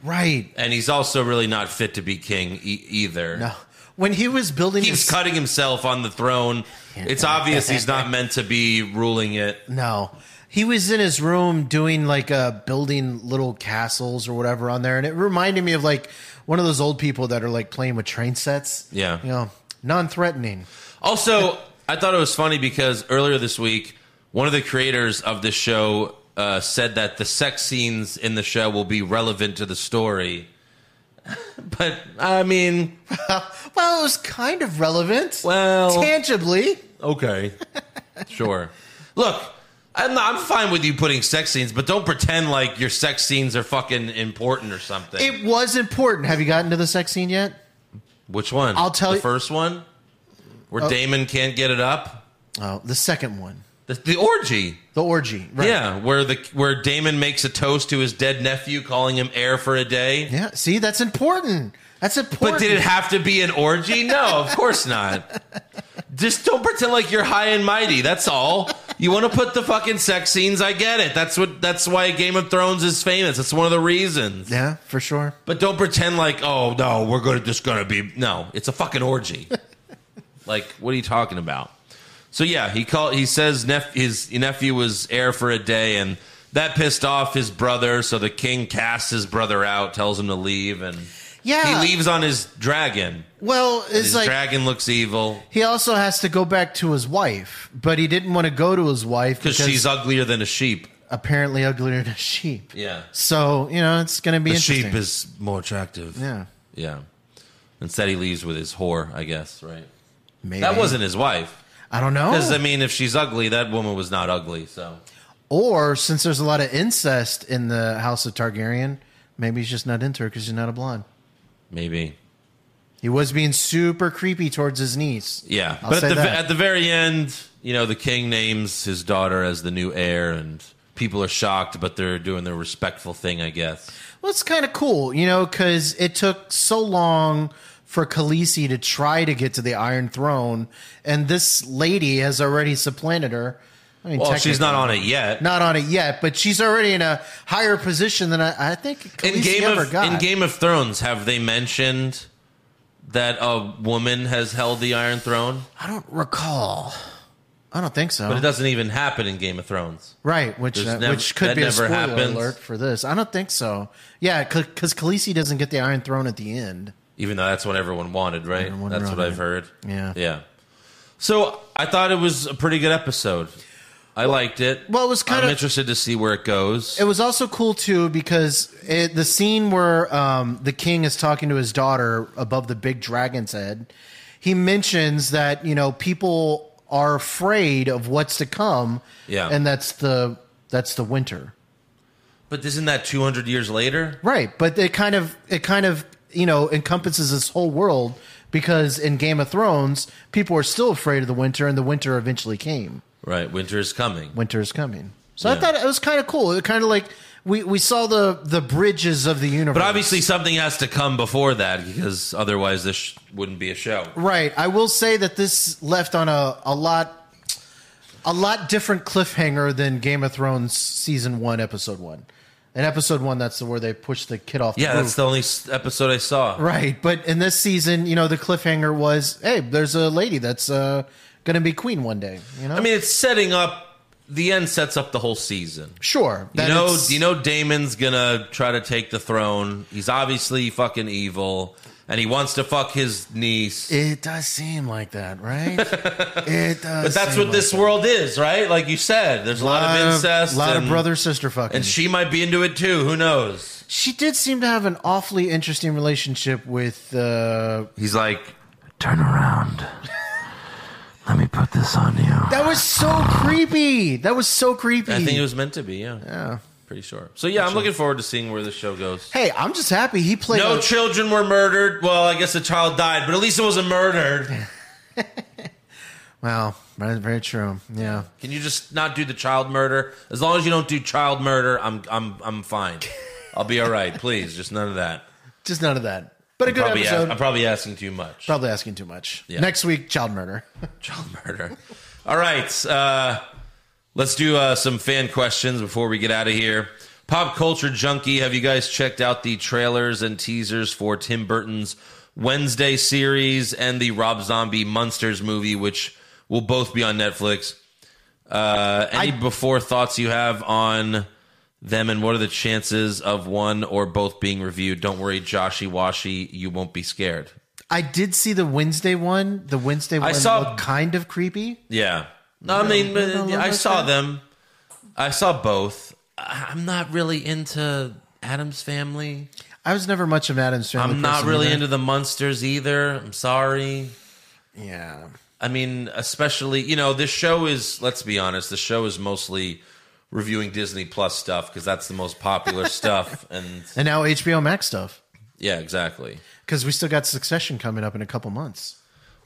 D: Right.
C: and he's also really not fit to be king e- either.
D: No. When he was building
C: He's
D: his
C: cutting himself on the throne. It's obvious he's not meant to be ruling it.
D: no, he was in his room doing like uh building little castles or whatever on there, and it reminded me of like one of those old people that are like playing with train sets.
C: Yeah.
D: you know, non-threatening.
C: Also, I thought it was funny because earlier this week, one of the creators of this show uh, said that the sex scenes in the show will be relevant to the story. but I mean,
D: Well, it was kind of relevant.
C: Well-
D: tangibly,
C: okay, sure. Look, I'm, not, I'm fine with you putting sex scenes, but don't pretend like your sex scenes are fucking important or something.
D: it was important. Have you gotten to the sex scene yet?
C: Which one?
D: I'll tell
C: the
D: you-
C: first one where Damon can't get it up.
D: Oh, the second one,
C: The, the orgy.
D: the orgy. Right.
C: Yeah, where the where Damon makes a toast to his dead nephew, calling him heir for a day.
D: yeah. See, that's important. That's important.
C: But did it have to be an orgy? No, of course not. Just don't pretend like you're high and mighty. That's all. You want to put the fucking sex scenes? I get it. That's what. That's why Game of Thrones is famous. That's one of the reasons.
D: yeah, for sure.
C: But don't pretend like, oh no, we're gonna just gonna be no. It's a fucking orgy. like, what are you talking about? So yeah, he called. He says nep- his nephew was heir for a day, and that pissed off his brother. So the king casts his brother out, tells him to leave, and
D: Yeah.
C: he leaves on his dragon.
D: Well, it's
C: His
D: like
C: dragon looks evil
D: He also has to go back to his wife, but he didn't want to go to his wife
C: because
D: because
C: she's uglier than a sheep.
D: apparently uglier than a sheep.
C: Yeah,
D: So you know it's going to be
C: the
D: interesting.
C: sheep is more attractive.
D: yeah,
C: yeah. Instead, he leaves with his whore. I guess right.
D: maybe
C: That wasn't his wife.
D: I don't know.
C: Because I mean, if she's ugly, that woman was not ugly. So
D: or since there's a lot of incest in the House of Targaryen, maybe he's just not into her because she's not a blonde.
C: maybe,
D: He was being super creepy towards his niece.
C: yeah.
D: I'll
C: but
D: say
C: at the
D: that.
C: at the very end, you know, the king names his daughter as the new heir, and people are shocked, but they're doing their respectful thing, I guess.
D: Well, it's kind of cool, you know, because it took so long for Khaleesi to try to get to the Iron Throne, and this lady has already supplanted her. I mean,
C: Well, she's
D: technically-
C: not on it yet.
D: not on it yet, but she's already in a higher position than I, I think Khaleesi
C: in Game
D: ever
C: of
D: got.
C: in Game of Thrones, have they mentioned that a woman has held the Iron Throne?
D: I don't recall. I don't think so.
C: But it doesn't even happen in Game of Thrones.
D: right, which
C: There's
D: uh,
C: nev-
D: which could
C: that
D: be a
C: never
D: spoiler
C: happens.
D: alert for this. I don't think so. Yeah, because Khaleesi doesn't get the Iron Throne at the end.
C: even though that's what everyone wanted, right?
D: Everyone
C: that's what
D: wanted
C: I've
D: it.
C: heard.
D: Yeah.
C: yeah. So I thought it was a pretty good episode. I liked it.
D: well, it was kind
C: I'm
D: of-
C: interested to see where it goes.
D: It was also cool too because it, the scene where um, the king is talking to his daughter above the big dragon's head, he mentions that you know people are afraid of what's to come.
C: Yeah.
D: and that's the that's the winter.
C: but isn't that 200 years later?
D: Right, but it kind of it kind of you know encompasses this whole world because in Game of Thrones, people are still afraid of the winter, and the winter eventually came.
C: Right, winter is coming.
D: Winter is coming. So
C: Yeah.
D: I thought it was kind of cool. It kind of like we, we saw the the bridges of the
C: But
D: universe.
C: obviously, something has to come before that because otherwise, this sh- wouldn't be a show.
D: right. I will say that this left on a a lot a lot different cliffhanger than Game of Thrones season one episode one. In episode one, that's the where they push the kid off.
C: Yeah,
D: the roof.
C: that's the only s- episode I saw.
D: Right, but in this season, you know, the cliffhanger was, hey, there's a lady that's uh, going to be queen one day. You know,
C: I mean, it's setting up. The end sets up the whole season.
D: sure.
C: You
D: that
C: know,
D: it's-
C: you know, Damon's gonna try to take the throne. He's obviously fucking evil, and he wants to fuck his niece.
D: it does seem like that, right? it does.
C: but that's
D: seem
C: what this
D: like
C: world is, right? Like you said, there's a lot,
D: that.
C: of incest,
D: a lot
C: and,
D: of brother sister fucking.
C: and she might be into it too. Who knows?
D: she did seem to have an awfully interesting relationship with. Uh,
C: He's like,
F: Turn around. Let me put this on you.
D: that was so creepy. That was so creepy.
C: I think it was meant to be. Yeah, yeah, pretty sure. So yeah, I'm looking forward to seeing where the show goes.
D: Hey, I'm just happy he played.
C: No
D: a-
C: children were murdered. Well, I guess a child died, but at least it wasn't murdered.
D: wow, very, very true. Yeah.
C: Can you just not do the child murder? As long as you don't do child murder, I'm I'm I'm fine. I'll be all right. Please, just none of that.
D: Just none of that. But a good
C: Probably
D: episode.
C: ask- I'm probably asking too much.
D: Probably asking too much.
C: Yeah.
D: Next week, child murder.
C: Child murder. All right. Uh, let's do uh, some fan questions before we get out of here. Pop culture junkie, have you guys checked out the trailers and teasers for Tim Burton's Wednesday series and the Rob Zombie Monsters movie, which will both be on Netflix? Uh, any before thoughts you have on them and what are the chances of one or both being reviewed? Don't worry, Joshy Washy, you won't be scared.
D: I did see the Wednesday one. The Wednesday one
C: saw-
D: looked kind of creepy.
C: Yeah. No, I mean,
D: no,
C: uh,
D: no,
C: I
D: no,
C: saw
D: no.
C: them. I saw both. I- I'm not really into Adam's family.
D: I was never much of an Adams family.
C: I'm not
D: person
C: really
D: either.
C: into the monsters either. I'm sorry.
D: Yeah.
C: I mean, especially, you know, this show is, let's be honest, the show is mostly reviewing Disney Plus stuff because that's the most popular stuff. And
D: And now HBO Max stuff
C: yeah, exactly.
D: because we still got Succession coming up in a couple months.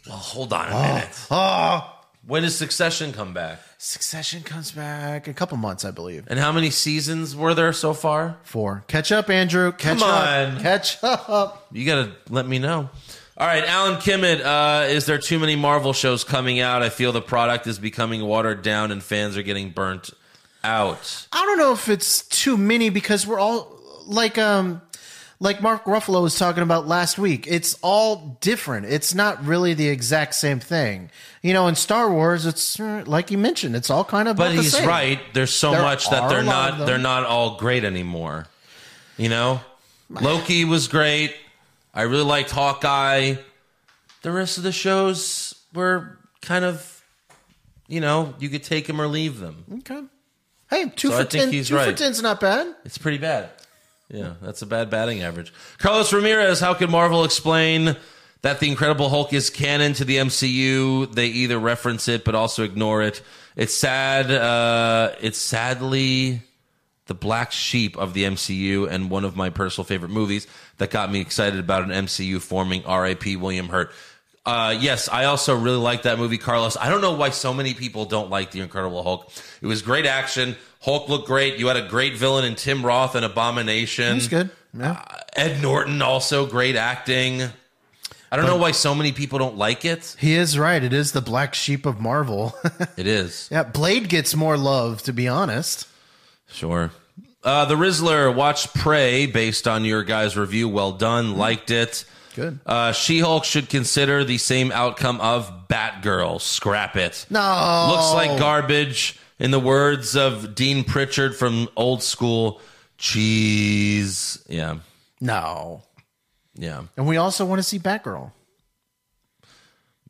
C: Well, hold on a minute.
D: Oh,
C: When does Succession come back?
D: Succession comes back in a couple months, I believe.
C: And how many seasons were there so far?
D: Four. Catch up, Andrew. Catch
C: Come
D: up.
C: on.
D: Catch up.
C: You gotta let me know. All right, Alan Kimmett, uh, is there too many Marvel shows coming out? I feel the product is becoming watered down and fans are getting burnt out.
D: I don't know if it's too many because we're all like um like Mark Ruffalo was talking about last week. It's all different. It's not really the exact same thing. You know, in Star Wars, it's uh, like you mentioned, it's all kind of
C: But
D: about the
C: he's
D: same.
C: right. There's so
D: There
C: much that
D: are
C: they're
D: a lot of
C: not
D: them.
C: they're not all great anymore. You know? Loki was great. I really liked Hawkeye. The rest of the shows were kind of you know, you could take them or leave them.
D: Okay. Hey, two
C: So I
D: for
C: think
D: ten.
C: he's
D: Two for
C: right.
D: ten's not bad.
C: It's pretty bad. Yeah, that's a bad batting average. Carlos Ramirez, how could Marvel explain that the Incredible Hulk is canon to the MCU? They either reference it but also ignore it. It's sad. Uh, it's sadly the black sheep of the MCU and one of my personal favorite movies that got me excited about an MCU forming. R.I.P. William Hurt. Uh, yes, I also really like that movie, Carlos. I don't know why so many people don't like The Incredible Hulk. It was great action. Hulk looked great. You had a great villain in Tim Roth and Abomination.
D: He's good. Yeah.
C: Uh, Ed Norton also great acting. I don't know why so many people don't like it.
D: He is right. It is the black sheep of Marvel.
C: It is.
D: yeah, Blade gets more love, to be honest.
C: Sure. Uh, the Rizzler watched Prey based on your guys' review. Well done. Liked it.
D: Good.
C: Uh, she Hulk should consider the same outcome of Batgirl. Scrap it.
D: No.
C: Looks like garbage. In the words of Dean Pritchard from Old School, cheese. Yeah.
D: No.
C: Yeah.
D: And we also want to see Batgirl.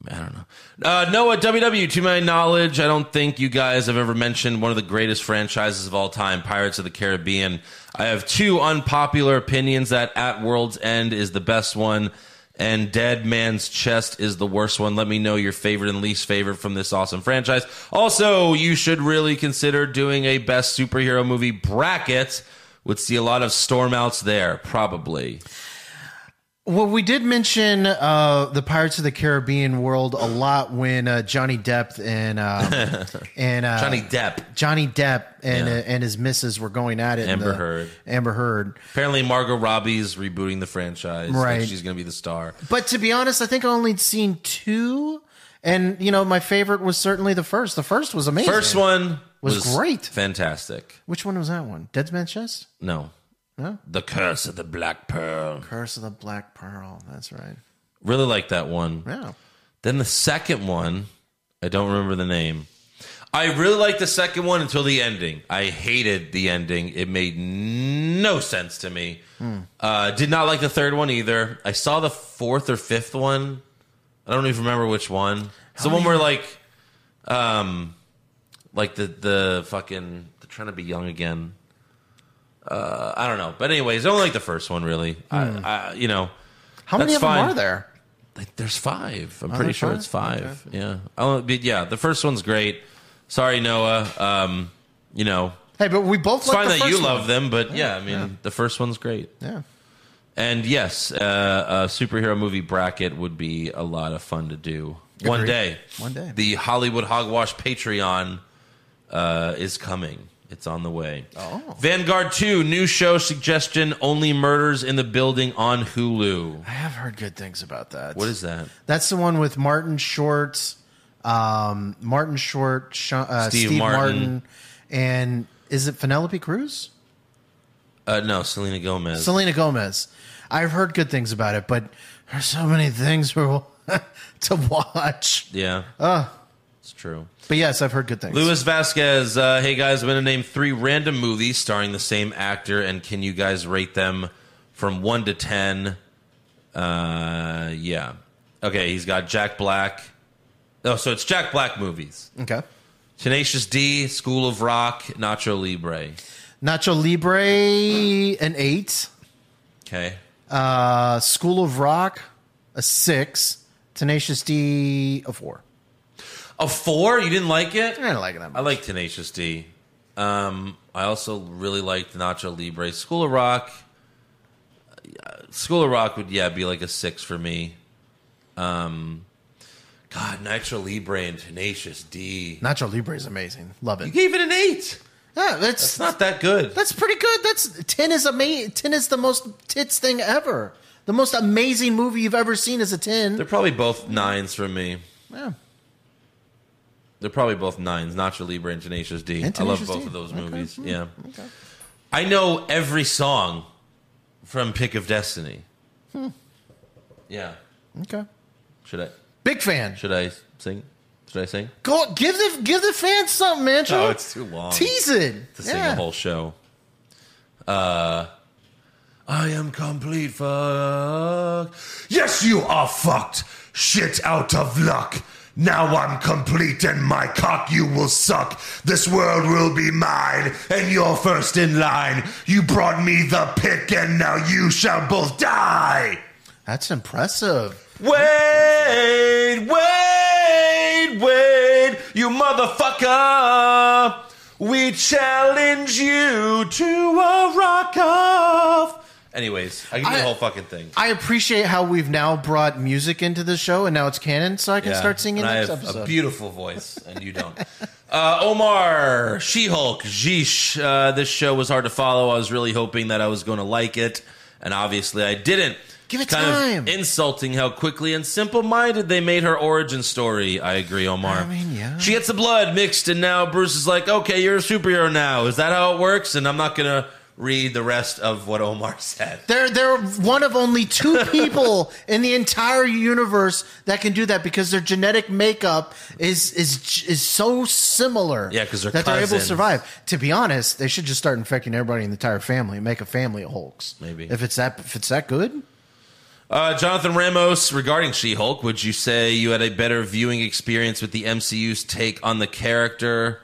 C: I don't know. Uh, Noah WW, to my knowledge, I don't think you guys have ever mentioned one of the greatest franchises of all time, Pirates of the Caribbean. I have two unpopular opinions that At World's End is the best one and Dead Man's Chest is the worst one. Let me know your favorite and least favorite from this awesome franchise. Also, you should really consider doing a best superhero movie bracket. Would see a lot of storm outs there, probably.
D: Well, we did mention uh, the Pirates of the Caribbean world a lot when uh, Johnny Depp and um, and uh,
C: Johnny Depp.
D: Johnny Depp and
C: Yeah.
D: uh, and his missus were going at it. in
C: Amber
D: the-
C: Heard.
D: Amber Heard.
C: Apparently, Margot Robbie's rebooting the franchise. Like,
D: Right.
C: she's going to be the star.
D: But to be honest, I think I only seen two, and you know my favorite was certainly the first. The first was amazing.
C: First one,
D: was, great.
C: Fantastic.
D: Which one was that one? Dead Man's Chest?
C: No.
D: No?
C: The Curse of the Black Pearl.
D: Curse of the Black Pearl. That's right.
C: Really like that one.
D: Yeah.
C: Then the second one, I don't remember the name. I really liked the second one until the ending. I hated the ending. It made no sense to me. Uh, did not like the third one either. I saw the fourth or fifth one. I don't even remember which one. It's the one where like, um, like the the fucking they're trying to be young again. Uh, I don't know, but anyways, I don't like the first one really. I, I, you know,
D: How
C: That's
D: many of
C: fine.
D: them are there?
C: like, there's five. I'm pretty
D: there
C: sure
D: five?
C: it's five. Yeah. Oh, but yeah, the first one's great. Sorry, Noah. Um, you know,
D: Hey, but we both
C: it's
D: like
C: fine
D: the
C: that
D: first
C: you
D: one.
C: love them, but yeah, I mean, the first one's great.
D: Yeah.
C: And yes, uh, a superhero movie bracket would be a lot of fun to do one day.
D: One day.
C: the Hollywood Hogwash Patreon uh, is coming. It's on the way.
D: Oh.
C: Vanguard Two new show suggestion: Only Murders in the Building on Hulu.
D: I have heard good things about that.
C: What is that?
D: That's the one with Martin Short, um, Martin Short, Sh- uh,
C: Steve
D: Steve,
C: Martin.
D: Martin. and is it Penelope Cruz?
C: Uh, no, Selena Gomez.
D: Selena Gomez. I've heard good things about it, but there's so many things for, to watch.
C: Yeah. Uh, it's true.
D: But yes, I've heard good things.
C: Luis Vasquez, uh, hey guys, I'm going to name three random movies starring the same actor, and can you guys rate them from 1 to 10? Uh, yeah. Okay, he's got Jack Black. Oh, so it's Jack Black movies
D: Okay.
C: Tenacious D, School of Rock, Nacho Libre.
D: Nacho Libre, an eight.
C: Okay.
D: Uh, School of Rock, a six. Tenacious D, a four.
C: A four? You didn't like it?
D: I didn't like it that
C: I
D: much.
C: like Tenacious D. Um, I also really liked Nacho Libre. School of Rock. uh, School of Rock would yeah be like a six for me. Um, God, Nacho Libre and Tenacious D.
D: Nacho Libre is amazing. Love
C: You
D: it.
C: gave it an eight.
D: Yeah, that's
C: It's not that good.
D: That's pretty good. That's ten is amazing. Ten is the most tits thing ever. The most amazing movie you've ever seen is a
C: They're
D: ten.
C: probably both nines for me.
D: Yeah.
C: They're probably both nines. Nacho Libre and Tenacious D. I
D: And
C: love
D: Tenacious
C: both
D: D. Hmm.
C: of those movies. Yeah. I know every song from Pick of Destiny.
D: Hmm.
C: Yeah.
D: Okay.
C: Should I?
D: Big fan.
C: Should I sing? Should I sing?
D: Go give the give the fans something, man.
E: Oh,
D: Joe.
C: Oh, it's too long.
D: Tease it.
C: To
D: yeah.
C: sing a whole show. Uh, I am complete fuck.
E: Yes, you are fucked. Shit out of luck. Now I'm complete and my cock you will suck. This world will be mine and you're first in line. You brought me the pick and now you shall both die.
D: That's impressive.
C: Wait, wait, wait, you motherfucker. We challenge you to a rock off. Anyways, I can do
D: I-
C: the whole fucking thing.
D: I appreciate how we've now brought music into the show, and now it's canon, so I can
C: Yeah.
D: start singing
C: And
D: next
C: I have
D: episode.
C: a beautiful voice, and you don't. Uh, Omar, She Hulk, Jeesh. Uh, this show was hard to follow. I was really hoping that I was going to like it, and obviously I didn't.
D: Give it
C: It's kind
D: time.
C: Of insulting how quickly and simple minded they made her origin story. I agree, Omar.
D: I mean, yeah.
C: She gets the blood mixed, and now Bruce is like, okay, you're a superhero now. Is that how it works? And I'm not going to read the rest of what Omar said.
D: They're they're one of only two people in the entire universe that can do that because their genetic makeup is is is so similar.
C: Yeah, 'cause they're
D: that they're able to
C: cousins.
D: survive. To be honest, they should just start infecting everybody in the entire family and make a family of Hulks.
C: Maybe.
D: if it's that if it's that good.
C: Uh, Jonathan Ramos, regarding She Hulk, would you say you had a better viewing experience with the MCU's take on the character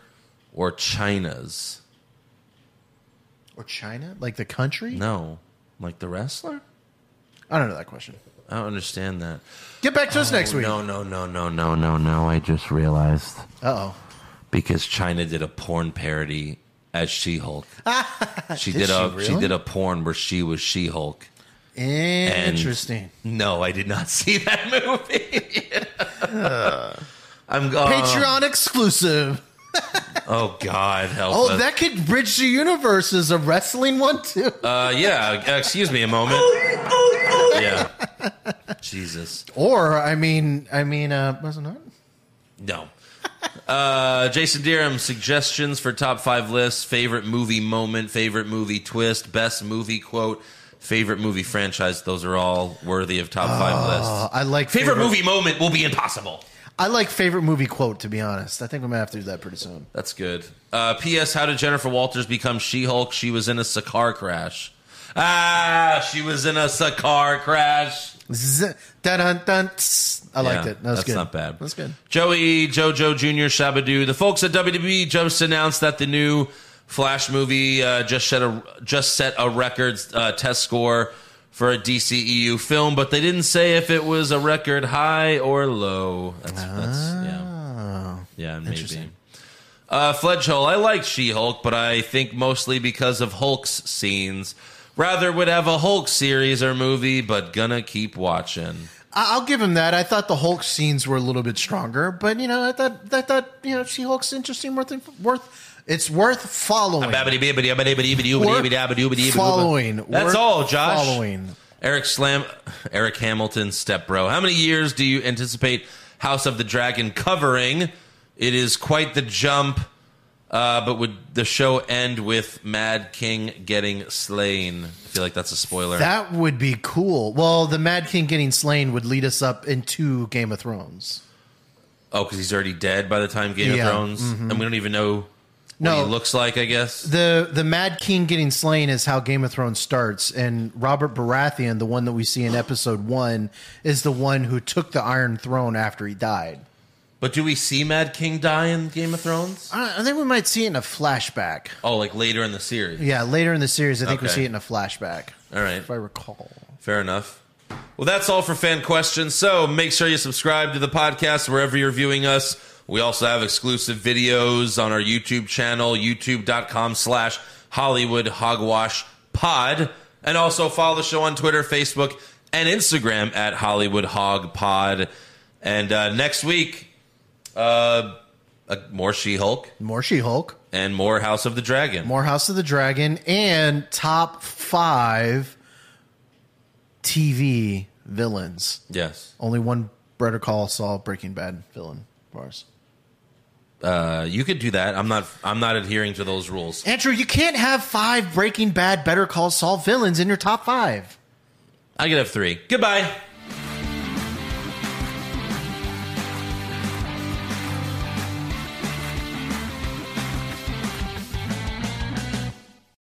C: or China's?
D: Or China, like the country.
C: No. Like the wrestler?
D: I don't know that question.
C: I don't understand that.
D: Get back to us next week.
C: Oh, No, no, no, no, no, no, no. I just realized
D: Uh oh.
C: because China did a porn parody as She Hulk. she did,
D: Did
C: a
D: she
C: she
D: really?
C: did a porn where she was She Hulk. And-
D: Interesting.
C: No, I did not see that movie. I'm uh,
D: Patreon exclusive.
C: Oh God, help
D: Oh,
C: us.
D: that could bridge the universe is a wrestling one too.
C: Uh, yeah. Excuse me a moment. yeah. Jesus.
D: Or I mean, I mean, uh, was it not?
C: No. Uh, Jason Deerham, suggestions for top five lists, favorite movie moment, favorite movie twist, best movie quote, favorite movie franchise. Those are all worthy of top five lists.
D: Uh, I like
C: Favorite, movie moment will be impossible.
D: I like favorite movie quote. To be honest, I think we might have to do that pretty soon.
C: That's good. Uh, P.S. How did Jennifer Walters become She Hulk? She was in a car crash. Ah, she was in a car crash.
D: Z- dun, dun, tss. I liked
C: Yeah,
D: it. That was
C: that's
D: good.
C: not bad.
D: That's good.
C: Joey, JoJo Jr., Shabadoo. The folks at WWE just announced that the new Flash movie uh, just set a just set a records uh, test score for a DCEU film, but they didn't say if it was a record high or low. That's, that's yeah, yeah, maybe.
D: Ah, Interesting.
C: Uh, Fledge Hulk. I liked She Hulk, but I think mostly because of Hulk's scenes. Rather would have a Hulk series or movie, but gonna keep watching.
D: I- I'll give him that. I thought the Hulk scenes were a little bit stronger, but you know, I thought I thought you know She Hulk's interesting, worth worth it's worth following. Following.
C: That's
D: Worth
C: all, Josh.
D: Following.
C: Eric Slam, Eric Hamilton, Step Bro. How many years do you anticipate House of the Dragon covering? It is quite the jump. Uh, but would the show end with Mad King getting slain? I feel like that's a spoiler.
D: That would be cool. Well, the Mad King getting slain would lead us up into Game of Thrones.
C: oh, because he's already dead by the time Game
D: Yeah, Mm-hmm.
C: of Thrones, and we don't even know what
D: No.
C: he looks like. I guess
D: The the Mad King getting slain is how Game of Thrones starts, and Robert Baratheon, the one that we see in episode one, is the one who took the Iron Throne after he died.
C: But do we see Mad King die in Game of Thrones?
D: I, I think we might see it in a flashback.
C: Oh, like later in the series.
D: Yeah, later in the series, I think we
C: Okay.
D: see it in a flashback,
C: All right.
D: if I recall.
C: Fair enough. Well, that's all for fan questions. So make sure you subscribe to the podcast wherever you're viewing us. We also have exclusive videos on our YouTube channel, youtube.com slash Hollywood Hogwash Pod. And also follow the show on Twitter, Facebook, and Instagram at Hollywood Hog Pod. And uh, next week, uh, uh, more She Hulk
D: More She Hulk,
C: and more House of the Dragon.
D: more House of the Dragon, and top five TV villains.
C: Yes.
D: Only one Better Call Saul Breaking Bad villain for us.
C: Uh, you could do that. I'm not. I'm not adhering to those rules.
D: Andrew, you can't have five Breaking Bad Better Call Saul villains in your top five.
C: I could have three. Goodbye.